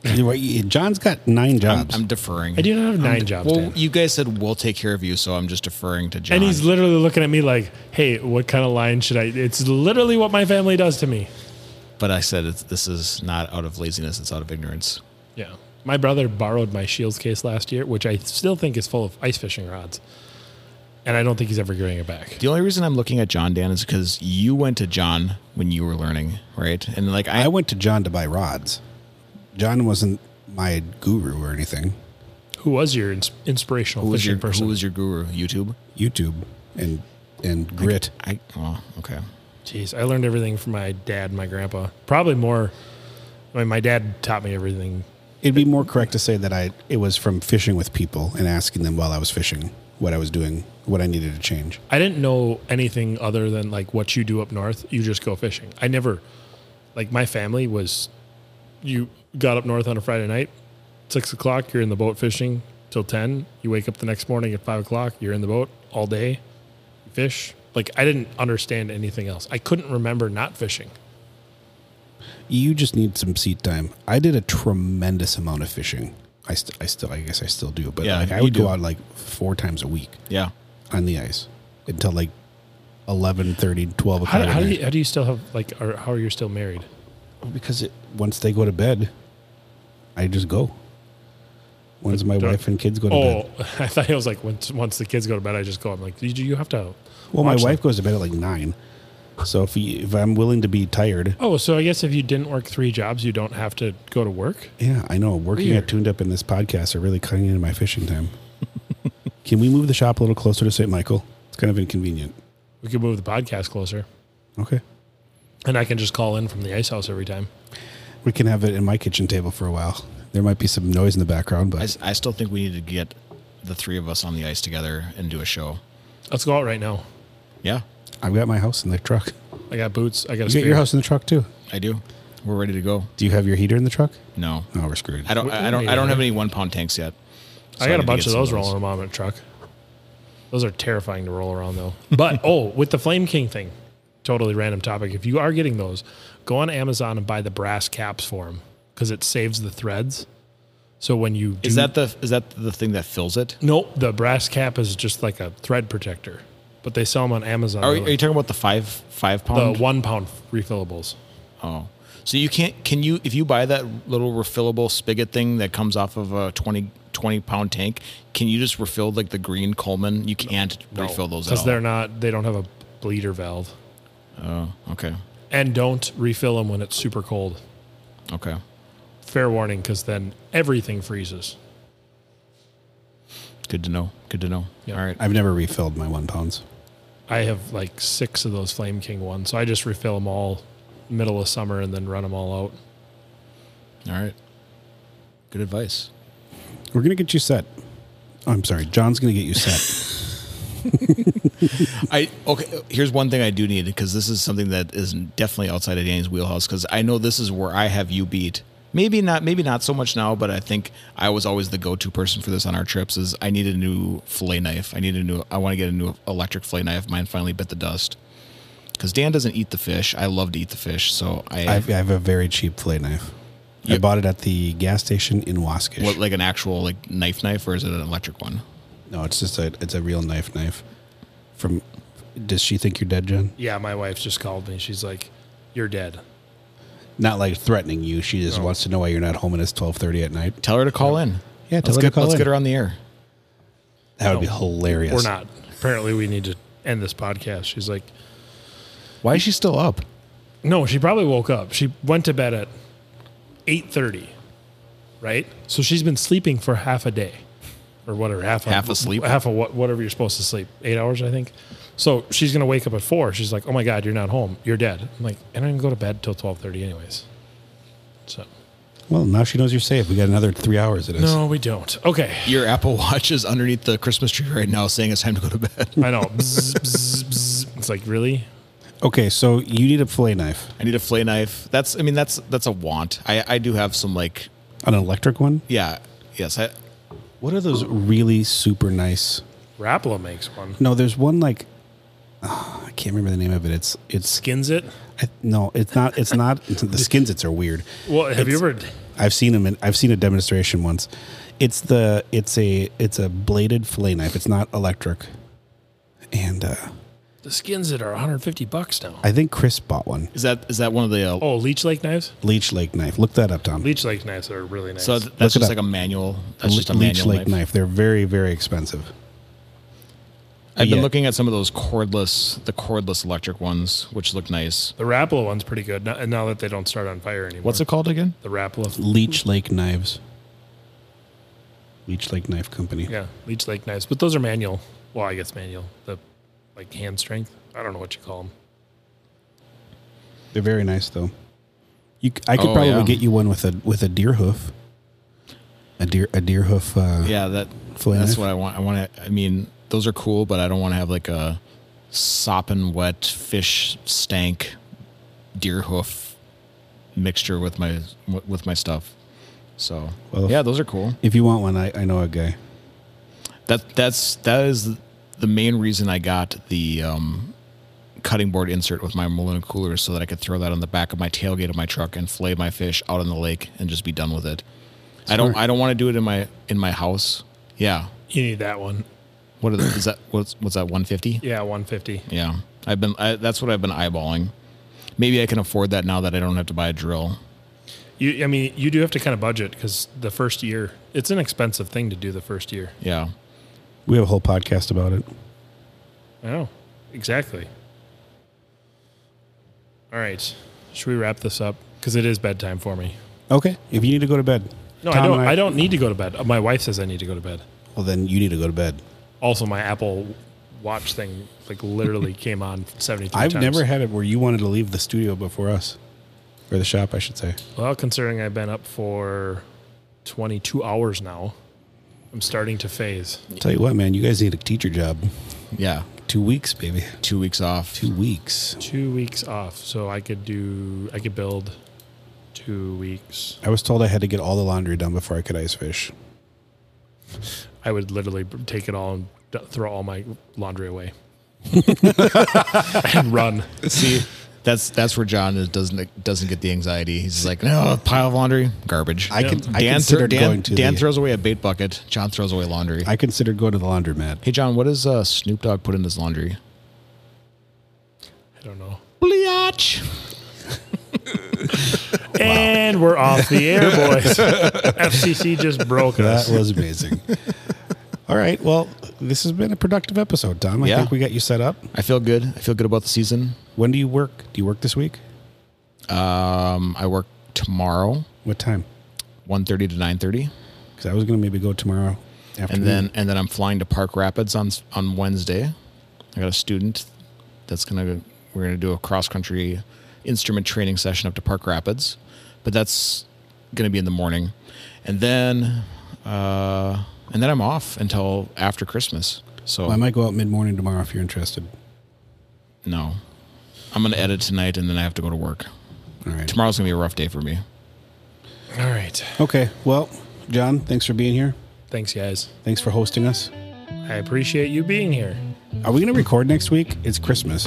You- why- you- John's got nine jobs. I'm deferring. I do not have nine jobs. Well, Dan. you guys said we'll take care of you, so I'm just deferring to John. And he's literally looking at me like, "Hey, what kind of line should I?" It's literally what my family does to me. but I said it's, this is not out of laziness; it's out of ignorance. Yeah. My brother borrowed my Shields case last year, which I still think is full of ice fishing rods. And I don't think he's ever getting it back. The only reason I'm looking at John Dan is because you went to John when you were learning, right? And like I, I went to John to buy rods. John wasn't my guru or anything. Who was your ins- inspirational who was fishing your person? who was your guru? YouTube. YouTube and and grit. I oh okay. Jeez, I learned everything from my dad and my grandpa. Probably more. I mean, my dad taught me everything. It'd be more correct to say that I it was from fishing with people and asking them while I was fishing what I was doing, what I needed to change. I didn't know anything other than like what you do up north. You just go fishing. I never, like, my family was, you got up north on a Friday night, six o'clock, you're in the boat fishing till 10. You wake up the next morning at five o'clock, you're in the boat all day, you fish. Like, I didn't understand anything else. I couldn't remember not fishing. You just need some seat time. I did a tremendous amount of fishing. I, st- I still I guess I still do, but Yeah, like I you would do. go out like four times a week Yeah. on the ice until like 11, 12 o'clock. How, at how, do night. you, how do you still have, like, or how are you still married? because it, once they go to bed, I just go. Once my don't- wife and kids go to Oh, bed. I thought it was like once, once the kids go to bed, I just go. I'm like, do you have to? Well, my watch them?" wife goes to bed at like nine. So if you, if I'm willing to be tired, Oh, so I guess if you didn't work three jobs, you don't have to go to work. yeah, I know working Weird. at Tuned Up in this podcast are really cutting into my fishing time. Can we move the shop a little closer to St. Michael? It's kind of inconvenient. We could move the podcast closer, Okay, and I can just call in from the ice house every time. we can have it in my kitchen table for a while. There might be some noise in the background, I, but s- I still think we need to get the three of us on the ice together and do a show. Let's go out right now. Yeah, I've got my house in the truck. I got boots. I got a You got spear. your house in the truck too. I do. We're ready to go. Do you have your heater in the truck? No, No, we're screwed. I don't. We- I don't. I don't have any one pound tanks yet. So I got need a to bunch get of some those rolling around in a truck. Those are terrifying to roll around though. But oh, with the Flame King thing, totally random topic. If you are getting those, go on Amazon and buy the brass caps for them because it saves the threads. So when you Is do- that the is that the thing that fills it? nope? The brass cap is just like a thread protector, but they sell them on Amazon. Are, They're are you like talking about the five five the pound? one pound refillables? Oh, so you can't? Can you? If you buy that little refillable spigot thing that comes off of a 20, 20 pound tank, can you just refill like the green Coleman? You can't refill those at because all. they're not. They don't have a bleeder valve, oh, okay, and don't refill them when it's super cold. okay. Fair warning, because then everything freezes. Good to know. Good to know. Yeah. All right. I've never refilled my one pounds. I have like six of those Flame King ones, so I just refill them all middle of summer and then run them all out. All right. Good advice. We're gonna get you set. Oh, I'm sorry, John's gonna get you set. I okay. Here's one thing I do need because this is something that is definitely outside of Danny's wheelhouse. Because I know this is where I have you beat. Maybe not. Maybe not so much now, but I think I was always the go-to person for this on our trips. Is I need a new fillet knife. I need a new. I want to get a new electric fillet knife. Mine finally bit the dust. Because Dan doesn't eat the fish. I love to eat the fish. So I I've, I have a very cheap fillet knife. I Yep. bought it at the gas station in Waskish. what like an actual like knife knife or is it an electric one? No, it's just a it's a real knife knife. From does she think you're dead, Jen? Yeah, my wife just called me. She's like, "You're dead." Not like threatening you. She just wants to know why you're not home and it's twelve thirty at night. Tell her to call in. Yeah, tell let's her to get, call let's in. get her on the air. That would be No, hilarious. We're not. Apparently, we need to end this podcast. She's like, Why is she still up? "No, she probably woke up. She went to bed at 8:30, right? So she's been sleeping for half a day, or whatever, half a, Half asleep? half a what, whatever you're supposed to sleep, eight hours, I think. So she's gonna wake up at four. She's like, "Oh my god, you're not home. You're dead." I'm like, "I don't even go to bed till 12:30, anyways." So. Well, now she knows you're safe. We got another three hours. It is. No, we don't. Okay. Your Apple Watch is underneath the Christmas tree right now, saying it's time to go to bed. I know. Bzz, bzz, bzz. It's like, really? Okay, so you need a fillet knife, I need a fillet knife. That's I mean that's that's a want. I I do have some like an electric one. yeah yes I What are those really super nice? Rapala makes one. No, there's one like ah, I can't remember the name of it. It's it's Skins it. I, no, it's not. It's not. the skinzits are weird. Well, have you It's- ever? I've seen them. In, I've seen a demonstration once. It's the it's a it's a bladed fillet knife. It's not electric, and uh, The skins it are 150 bucks now. I think Chris bought one. is that is that one of the uh, Oh, Leech Lake knives. Leech Lake knife. Look that up, Tom. Leech Lake knives are really nice. so So th- that's Look it just up. like a manual Le- that's just a Leech manual Lake knife. knife. They're very very expensive. I've been Yeah. looking at some of those cordless the cordless electric ones which look nice. the Rapala one's pretty good. Now, and now that they don't start on fire anymore. What's it called again? The Rapala. Leech Lake knives. Leech Lake Knife Company. Yeah, Leech Lake knives. But those are manual. Well, I guess manual. The like hand strength. I don't know what you call them. They're very nice though. You, c- I could Oh, probably yeah. get you one with a with a deer hoof. A deer a deer hoof. Uh, Yeah that Fillet that's knife? what I want. I want to I mean those are cool, but I don't want to have like a sopping wet fish stank deer hoof mixture with my with my stuff. So Well, if- yeah, those are cool. If you want one, I, I know a guy. That that's that is the main reason I got the um, cutting board insert with my Molina cooler, so that I could throw that on the back of my tailgate of my truck and fillet my fish out on the lake and just be done with it. I don't I don't want to do it in my in my house. Yeah, You need that one. what are the, is that? What's what's that? One fifty? Yeah, 150. Yeah, I've been I, that's what I've been eyeballing. Maybe I can afford that now that I don't have to buy a drill. You, I mean, you do have to kind of budget because the first year, it's an expensive thing to do the first year. Yeah, We have a whole podcast about it. I know. Exactly. All right. Should we wrap this up? Because it is bedtime for me. Okay. If you need to go to bed. No, Tom I don't. and I, don't need to go to bed. My wife says I need to go to bed. Well, then you need to go to bed. Also, my Apple Watch thing like literally came on seventy three I've times. never had it where you wanted to leave the studio before us, or the shop, I should say. Well, considering I've been up for twenty two hours now, I'm starting to phase. Tell you what, man, you guys need a teacher job. yeah. Two weeks, baby. Two weeks off. Two weeks. Two weeks off, so I could do. I could build two weeks. I was told I had to get all the laundry done before I could ice fish. I would literally b- take it all and d- throw all my laundry away and run. See, that's that's where John is, doesn't doesn't get the anxiety. He's just like, no, pile of laundry, garbage. I can. I Dan, thro- considered Dan, going to. Dan the, throws away a bait bucket. John throws away laundry. I considered going to the laundromat. hey, John, what does uh, Snoop Dogg put in his laundry? I don't know. Bleach. And we're off the air, boys. FCC just broke That us. was amazing. All right. Well, this has been a productive episode, Tom. I Yeah. think we got you set up. I feel good. I feel good about the season. When do you work? Do you work this week? Um, I work tomorrow, What time? 1.30 to nine thirty. Because I was going to maybe go tomorrow afternoon. and then and then I'm flying to Park Rapids on on Wednesday. I got a student that's gonna we're gonna do a cross country instrument training session up to Park Rapids, but that's gonna be in the morning, and then uh, and then I'm off until after Christmas. So Well, I might go out mid morning tomorrow if you're interested. no, I'm gonna edit tonight, and then I have to go to work. All right. Tomorrow's gonna be a rough day for me. All right. Okay. Well, John, thanks for being here. Thanks, guys. Thanks for hosting us. I appreciate you being here. Are we going to record next week? It's Christmas.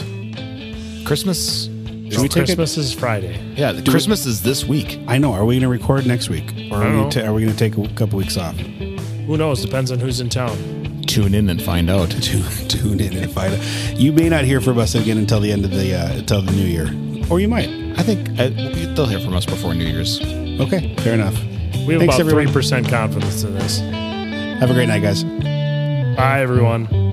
Christmas, Should we take it? Christmas is Friday. yeah, Christmas is this week. I know. Are we going to record next week, or I are don't we, know. ta- are we going to take a couple weeks off? Who knows? Depends on who's in town. Tune in and find out. Tune, tune in and find out. You may not hear from us again until the end of the uh, until the new year, or you might. I think I, they'll hear from us before New Year's. Okay, fair enough. We have Thanks, about everyone. 3% confidence in this. Have a great night, guys. Bye, everyone.